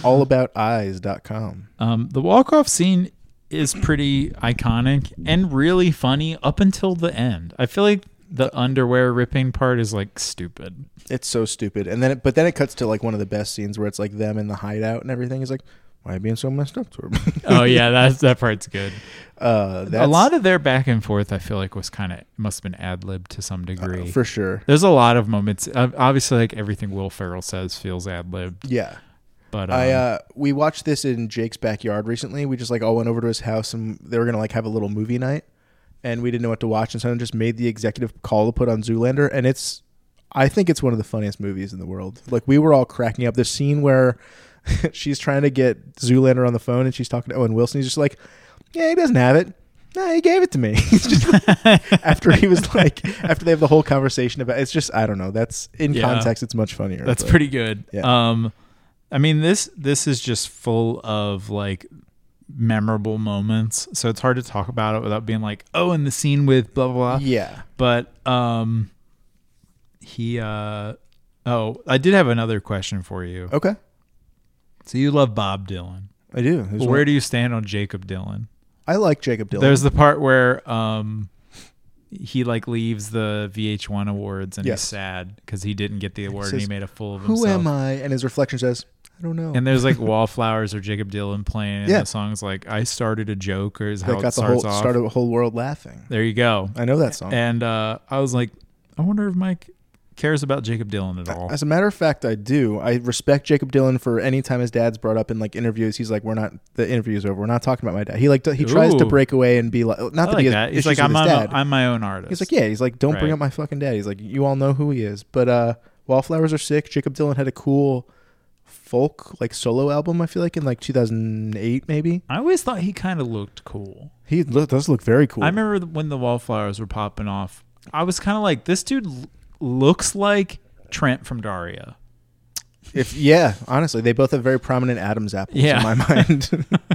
allabouteyes.com. Um, the walk off scene is pretty iconic and really funny up until the end. I feel like the underwear ripping part is like stupid. It's so stupid. And then, it, but then it cuts to like one of the best scenes where it's like them in the hideout and everything. He's like, why are you being so messed up to him? Oh yeah, that's that part's good. uh, that's, a lot of their back and forth, I feel like, was kind of must have been ad libbed to some degree. Uh, for sure. There's a lot of moments. ob- Obviously, like everything Will Ferrell says feels ad libbed, Yeah. but um, I uh, we watched this in Jake's backyard recently. We just like all went over to his house and they were gonna like have a little movie night, and we didn't know what to watch, and someone just made the executive call to put on Zoolander, and it's I think it's one of the funniest movies in the world. Like we were all cracking up. The scene where she's trying to get Zoolander on the phone and she's talking to Owen Wilson. He's just like, "Yeah, he doesn't have it. No, he gave it to me." He's just like- after he was like, after they have the whole conversation about it's just I don't know. That's in Yeah. context, it's much funnier. That's but- pretty good. Yeah. Um, I mean this this is just full of like memorable moments, so it's hard to talk about it without being like, oh, and the scene with blah blah. blah. Yeah, But um, he uh, oh, I did have another question for you. okay, So you love Bob Dylan. I do. There's Well, one- where do you stand on Jacob Dylan? I like Jacob Dylan. There's the part where um, he like leaves the VH1 awards and Yes. he's sad because he didn't get the award and he says, made a fool of who himself. am I? And his reflection says, I don't know. And there's like Wallflowers or Jacob Dylan playing, and Oh. Yeah. the song's like "I started a joke" or is how that it got the starts whole off. started Oh. the whole world laughing. there you go. I know that song. And uh, I was like, I wonder if Mike cares about Jacob Dylan at all. As a matter of fact, I do. I respect Jacob Dylan for any time his dad's brought up in like interviews. He's like, "We're not the interview's over. We're not talking about my dad." He like he tries to Ooh. break away and be like, not I that like he has that. He's issues like, with I'm, his on dad. I'm my own artist. He's like, yeah. He's like, don't Right. bring up my fucking dad. He's like, you all know who he is. But uh, Wallflowers are sick. Jacob Dylan had a cool folk like solo album. I feel like in like 2008 maybe. I always thought he kind of looked cool. He lo- does look very cool. I remember th- when the Wallflowers were popping off. I was kind of like, this dude l- looks like Trent from Daria. if yeah, honestly, they both have very prominent Adam's apples Yeah. in my mind.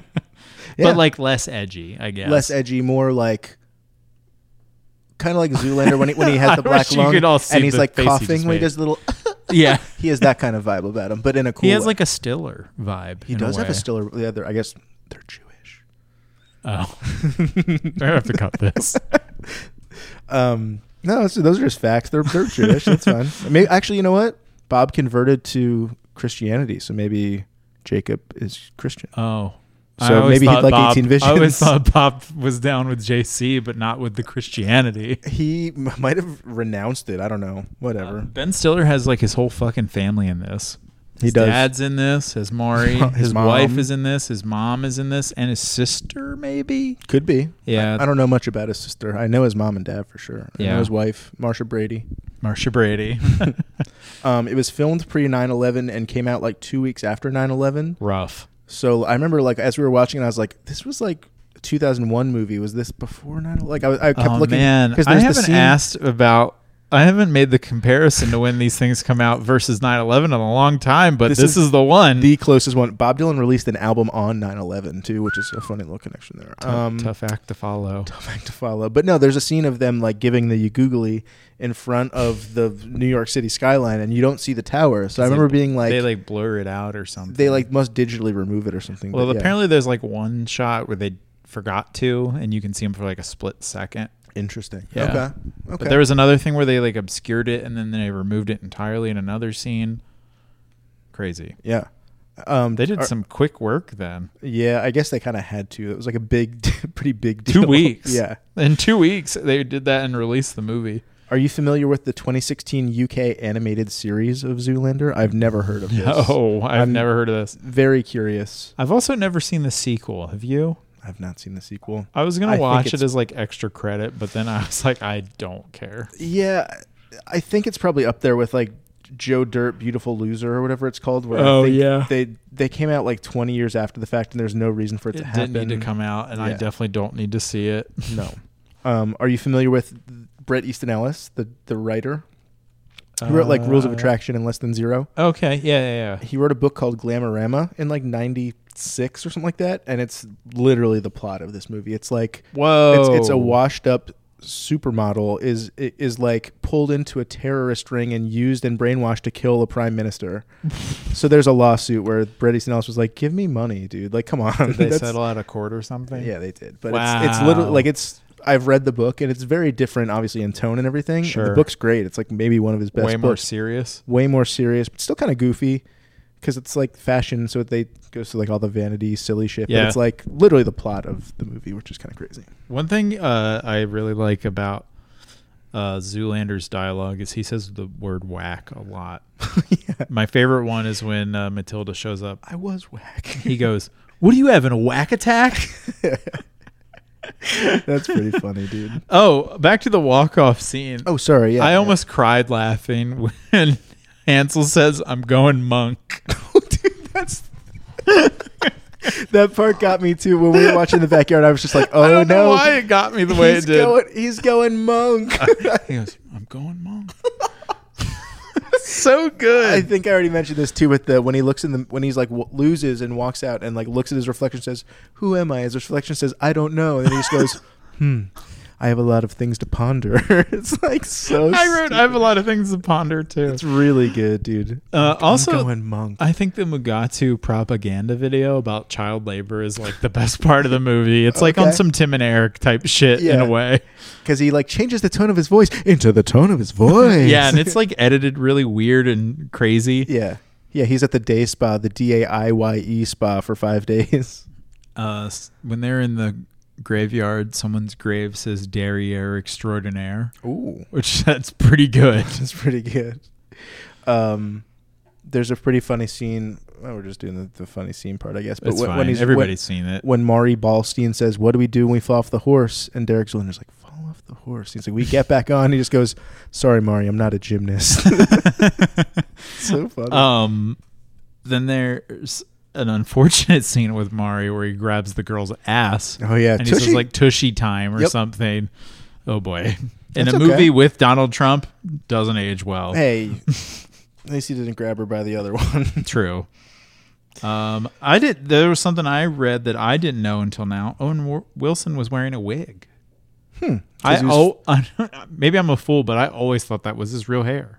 Yeah. But like less edgy, I guess. less edgy, more like kind of like Zoolander when he when he I has the black wish you lung could all see and he's the like face he coughing just when he made. does little. Yeah, he has that kind of vibe about him, but in a cool. he has way. like a Stiller vibe. he does have a stiller. Yeah, they're, I guess they're Jewish. Oh, I have to cut this. Um, no, it's, those are just facts. They're they're Jewish. That's fine. Maybe actually, you know what? Bob converted to Christianity, so maybe Jacob is Christian. Oh. So always maybe he'd thought like Bob- 18 I always visions. thought Bob was down with JC, but not with the Christianity. He m- might have renounced it. I don't know. Whatever. Ben Stiller has like his whole fucking family in this. He his does. dad's in this. His Maury. His His, mom. wife is in this. His mom is in this, and his sister maybe. Could be. Yeah. I don't know much about his sister. I know his mom and dad for sure. I know Yeah. his wife, Marsha Brady. Marcia Brady. Um, it was filmed pre 9 11 and came out like two weeks after 9 11. Rough. So I remember, like, as we were watching, it, I was like, this was like a 2001 movie. Was this before 9 11? Like, I, was- I kept oh looking. man, I there's the haven't scene- asked about. I haven't made the comparison to when these things come out versus 9/11 in a long time, but This this, is is, the one. The closest one. Bob Dylan released an album on 9 11, too, which is a funny little connection there. Um, tough act to follow. back to follow. But no, there's a scene of them like giving the googly in front of the New York City skyline, and you don't see the tower. So I remember being like, they like blur it out or something. they like must digitally remove it or something. Well, but yeah. apparently there's like one shot where they forgot to, and you can see them for like a split second. interesting. Yeah. Okay. But Okay. But there was another thing where they like obscured it, and then they removed it entirely in another scene. Crazy. yeah. Um, They did are- some quick work then. Yeah, I guess they kind of had to. It was like a big, pretty big deal. Two weeks. Yeah. In two weeks, they did that and released the movie. Are you familiar with the 2016 UK animated series of Zoolander? I've never heard of this. Oh, I've I'm- never heard of this. Very curious. I've also never seen the sequel. Have you? I've not seen the sequel. I was I gonna think watch it it's- as like extra credit, but then I was like, I don't care. Yeah, I think it's probably up there with like Joe Dirt, Beautiful Loser, or whatever it's called. Where Oh, I think yeah. they they came out like 20 years after the fact, and there's no reason for it, to It happen. didn't need to come out, and I Yeah. definitely don't need to see it. No. Um, are you familiar with Brett Easton Ellis, the the writer? He wrote like Rules of Uh, Attraction and Less Than Zero. Okay, yeah, yeah, yeah. He wrote a book called Glamorama in like '96 or something like that, and it's literally the plot of this movie. It's like Whoa, it's, it's a washed up supermodel is is like pulled into a terrorist ring and used and brainwashed to kill a prime minister. so there's a lawsuit where Brett Easton Ellis was like, "Give me money, dude! Like, come on." Did they That's- settle out of court or something? Yeah, they did. But it's it's Wow. literally like it's. I've read the book and it's very different, obviously in tone and everything. and the Sure. book's great. It's like maybe one of his best way more books serious. way more serious, but still kind of goofy because it's like fashion. So they goes to like all the vanity, silly shit. But Yeah. it's like literally the plot of the movie, which is kind of crazy. One thing uh, I really like about uh, Zoolander's dialogue is he says the word "whack" a lot. yeah. My favorite one is when uh, Matilda shows up. I was whack. He goes, "What are you having a whack attack?" That's pretty funny, dude. Oh, back to the walk off scene. Oh, sorry. Yeah, I yeah. almost cried laughing when Hansel says, "I'm going monk." dude, that's that part got me too. When we were watching the backyard, I was just like, "Oh I don't no, know why it got me the way he's it did. going, he's going monk." he goes, "I'm going monk." so good. I think I already mentioned this too. With the when he looks in the when he's like w- loses and walks out and like looks at his reflection says, "Who am I?" His reflection says, "I don't know," and then he just goes, "Hmm, I have a lot of things to ponder." it's like so. I wrote. I have a lot of things to ponder too. It's really good, dude. Uh, I'm also, going monk. I think the Mugatu propaganda video about child labor is like the best part of the movie. It's like on Okay. some Tim and Eric type shit in Yeah. a way. because he like changes the tone of his voice into the tone of his voice. Yeah, and it's like edited really weird and crazy. yeah, yeah. He's at the day spa, the D A I Y E spa for five days. Uh, s- when they're in the graveyard, someone's grave says "Derriere Extraordinaire," Ooh, which that's pretty good. that's pretty good. Um, there's a pretty funny scene. Well, we're just doing the, the funny scene part, I guess. But It's when, fine. when he's Everybody's seen it. when, when Maury Ballstein says, "What do we do when we fall off the horse?" and Derek Zollinger's like, "Fall off the horse." He's like, "We get back on." He just goes, "Sorry, Maury, I'm not a gymnast." so funny. Um, then there's an unfortunate scene with Mari where he grabs the girl's ass. Oh, yeah, and he says Tushy. like "tushy time" or Yep. something. Oh boy, in That's a okay. movie with Donald Trump doesn't age well. hey, at least he didn't grab her by the other one. True. Um, I did. There was something I read that I didn't know until now. Owen Wa- Wilson was wearing a wig. Hmm. I he was- oh, maybe I'm a fool, but I always thought that was his real hair.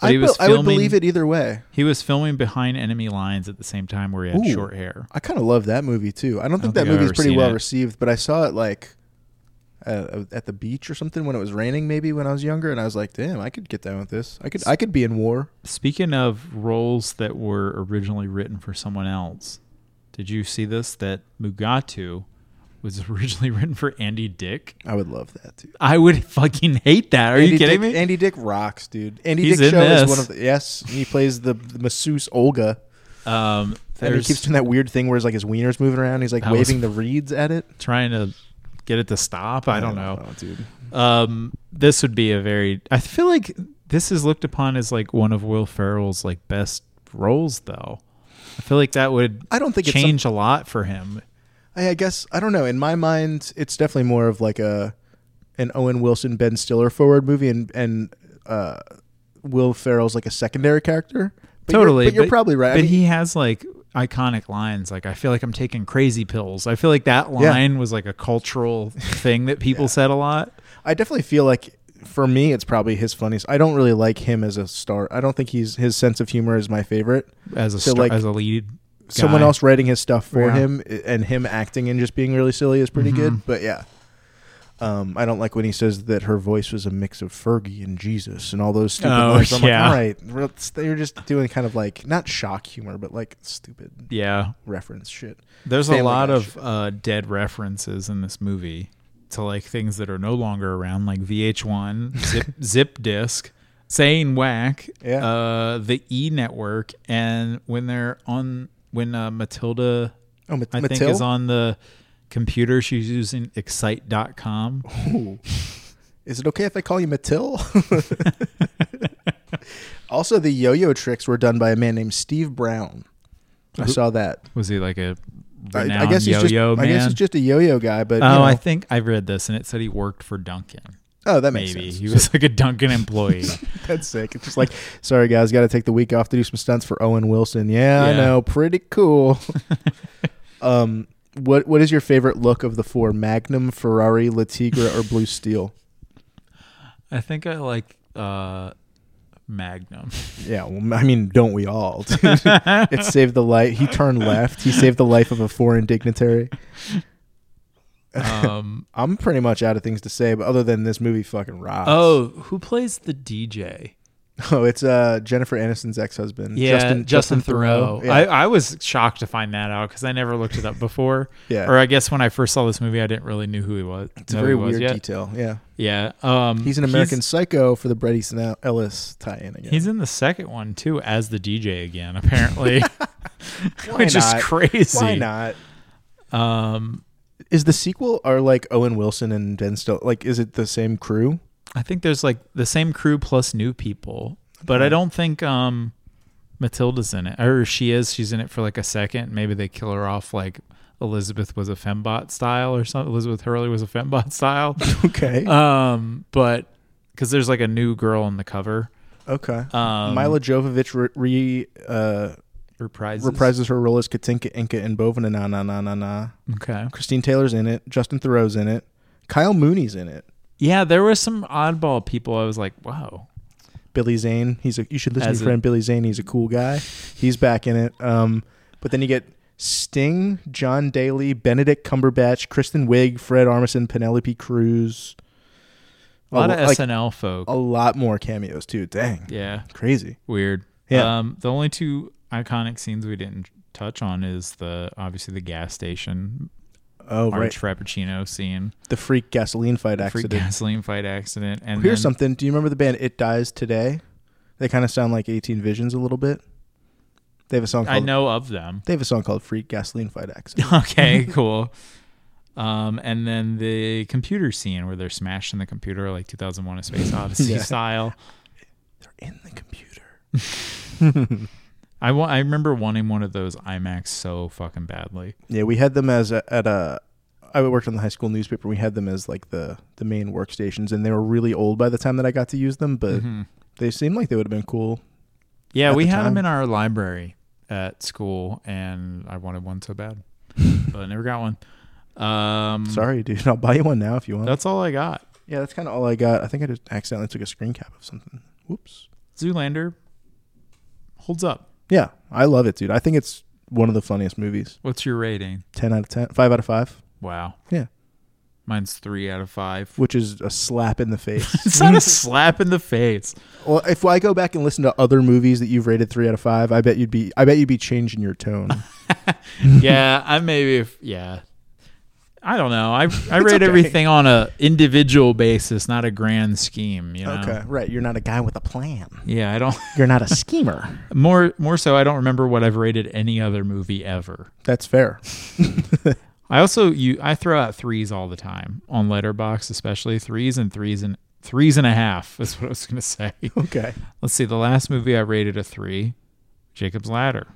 But I, he was be- I would filming- believe it either way. He was filming behind enemy lines at the same time where he had Ooh. short hair. I kind of love that movie too. I don't think think that I've movie's ever pretty seen well it. received, but I saw it like uh, at the beach or something when it was raining, maybe when I was younger, and I was like, "Damn, I could get down with this. I could, I could be in war." Speaking of roles that were originally written for someone else, did you see this? That Mugatu was originally written for Andy Dick. I would love that dude. I would fucking hate that. Are you Andy kidding Dick, me? Andy Dick rocks, dude. Andy He's Dick in show this. is one of the yes. and He plays the, the masseuse Olga, Um, and he there's keeps doing that weird thing where his like his wiener's moving around. He's like That was- waving the reeds at it. trying to get it to stop. I don't know. dude. Um, this would be a very. I feel like this is looked upon as like one of Will Ferrell's like best roles, though. I feel like that would I don't think it's some- change a lot for him. I, I guess I don't know. In my mind, it's definitely more of like a an Owen Wilson, Ben Stiller forward movie, and and uh, Will Ferrell's like a secondary character. But you're- totally. but you're probably right. I But mean, he has like iconic lines like I feel like I'm taking crazy pills. I feel like that line was like a cultural thing that people said a lot. I definitely feel like for me, it's probably his funniest. I don't really like him as a star. I don't think he's his sense of humor is my favorite. As a So, star- like, as a lead Someone guy. else writing his stuff for Yeah. Mm-hmm. him i- and him acting and just being really silly is pretty good. But yeah. Um, I don't like when he says that her voice was a mix of Fergie and Jesus and all those stupid Oh, words. I'm yeah. like, all right, real- they're just doing kind of like not shock humor, but like stupid Yeah. reference shit. There's a Family lot Guy of shit. uh, dead references in this movie to like things that are no longer around, like VH1, Zip, Zip Disc, Saying Whack, Yeah. uh, the E Network, and when they're on when uh, Matilda, Oh, Mat- I think, Matil? is on the computer, she's using Excite.com. Is it okay if I call you Matil? also, the yo-yo tricks were done by a man named Steve Brown. I saw that. Was he like a I, renowned I guess he's yo-yo just. man? I guess he's just a yo-yo guy. But oh, you know, I think I read this, and it said he worked for Duncan. oh, that makes Maybe sense. he was like a Duncan employee. That's sick. It's just like, sorry guys, got to take the week off to do some stunts for Owen Wilson. Yeah, I Yeah. know, pretty cool. um, what what is your favorite look of the four? Magnum, Ferrari, Latigra, or Blue Steel? I think I like uh, Magnum. Yeah, well, I mean, don't we all? dude? it saved the life. He turned left. He saved the life of a foreign dignitary. Um, I'm pretty much out of things to say, but other than this movie fucking rocks. oh, who plays the DJ? oh, it's uh, Jennifer Aniston's ex-husband, Justin, Thoreau. Yeah. I, I was shocked to find that out because I never looked it up before. Yeah. Or I guess when I first saw this movie, I didn't really knew who he was. it's a know very who he was weird yet. detail. Yeah, Yeah. Um, he's an American Psycho for the Brady Sna- Ellis tie-in again. He's, in the second one too as the DJ again, apparently, Why which is not? crazy. Why not? Um, Is the sequel are like Owen Wilson and Ben Still like is it the same crew? I think there's like the same crew plus new people, but I don't think um, Matilda's in it, or she is. She's in it for like a second. Maybe they kill her off like Elizabeth was a fembot style or something. Elizabeth Hurley was a fembot style, Okay. um, but because there's like a new girl on the cover, okay. um, Mila Jovovich re, re uh, reprises. reprises her role as Katinka Inca in Bovina na na na na na. Okay. Christine Taylor's in it. Justin Thoreau's in it. Kyle Mooney's in it. Yeah, there were some oddball people. I was like, wow. Billy Zane. He's a you should listen As a- to your friend Billy Zane. He's a cool guy. He's back in it. Um, but then you get Sting, John Daly, Benedict Cumberbatch, Kristen Wiig, Fred Armisen, Penelope Cruz. A lot lo- of like, SNL folk. a lot more cameos too. Dang, yeah. crazy. Weird. Yeah. Um, the only two iconic scenes we didn't touch on is the obviously the gas station Oh orange right, frappuccino scene, the freak gasoline fight the freak accident. gasoline fight accident, and Here's then- something. Do you remember the band It Dies Today? They kind of sound like 18 Visions a little bit. They have a song. Called, I know of them. They have a song called "Freak Gasoline Fight Accident." Okay, cool. Um, and then the computer scene where they're smashing the computer like 2001: A Space Odyssey Yeah. style. They're in the computer. I wa- I remember wanting one of those IMAX so fucking badly. Yeah, we had them as a, at a. I worked on the high school newspaper. We had them as like the the main workstations, and they were really old by the time that I got to use them. But Mm-hmm. they seemed like they would have been cool. Yeah, At we the had them time. in our library at school, and I wanted one so bad, but I never got one. Um, Sorry, dude. I'll buy you one now if you want. That's all I got. yeah, that's kind of all I got. I think I just accidentally took a screen cap of something. Whoops. Zoolander holds up. Yeah, I love it, dude. I think it's one of the funniest movies. What's your rating? Ten out of ten. Five out of five. Wow. Yeah, Mine's three out of five. which is a slap in the face. It's not a slap in the face. well, if I go back and listen to other movies that you've rated three out of five, I bet you'd be. I bet you'd be changing your tone. Yeah, I maybe if yeah. I don't know. I I rate okay. everything on a individual basis, not a grand scheme, you know. right. You're not a guy with a plan. Yeah, I don't You're not a schemer. more more so I don't remember what I've rated any other movie ever. That's fair. I also you I throw out threes all the time on Letterbox, especially threes and threes and threes and a half is what I was gonna say. Okay. Let's see. The last movie I rated a three, Jacob's Ladder.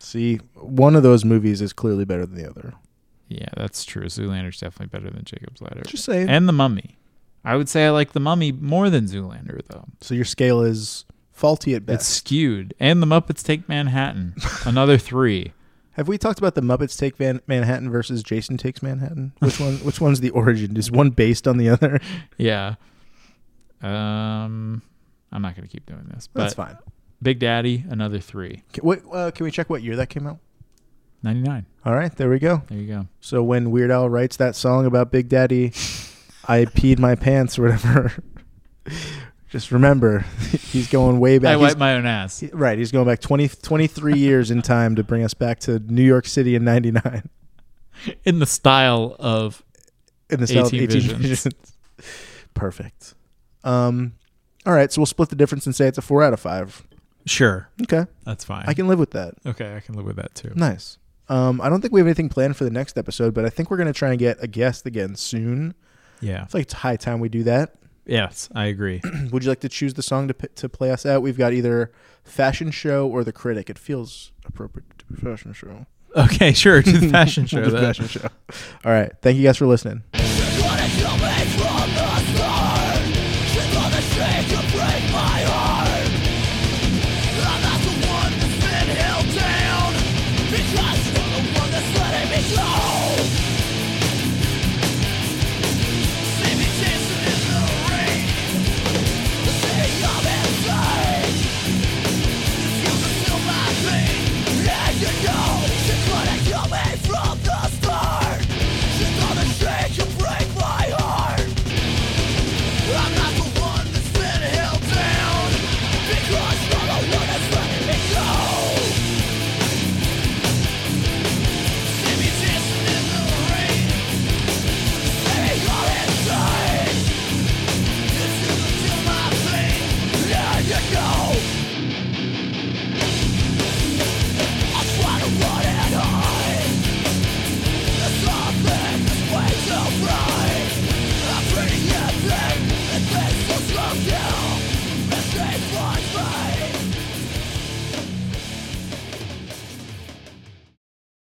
See, one of those movies is clearly better than the other. Yeah, that's true. Zoolander's definitely better than Jacob's Ladder. Just saying. And The Mummy. I would say I like The Mummy more than Zoolander, though. So your scale is faulty at It's best. skewed. And The Muppets Take Manhattan. Another three. Have we talked about the Muppets Take Van- Manhattan versus Jason Takes Manhattan? Which one? Which one's the origin? Is one based on the other? Yeah. Um, I'm not going to keep doing this. But That's fine. Big Daddy, another three. Can, what, uh, can we check what year that came out? 99. All right, there we go. There you go. So when Weird Al writes that song about Big Daddy, I peed my pants or whatever. Just remember, he's going way back. I He's- wipe my own ass. Right, he's going back 20, 23 years in time to bring us back to New York City in '99 In the style of in the 18 style of 18 Visions. Visions. Perfect. Um, all right, so we'll split the difference and say it's a four out of five. Sure. Mm. Okay, That's fine. I can live with that. okay, I can live with that too. Nice. Um, I don't think we have anything planned for the next episode, but I think we're gonna try and get a guest again soon. Yeah. It's like it's high time we do that. Yes, I agree. Would you like to choose the song to p- to play us out? We've got either fashion show or the critic. It feels appropriate to be fashion show. okay, sure. Do the fashion show. We'll do then. fashion show. All right, thank you guys for listening.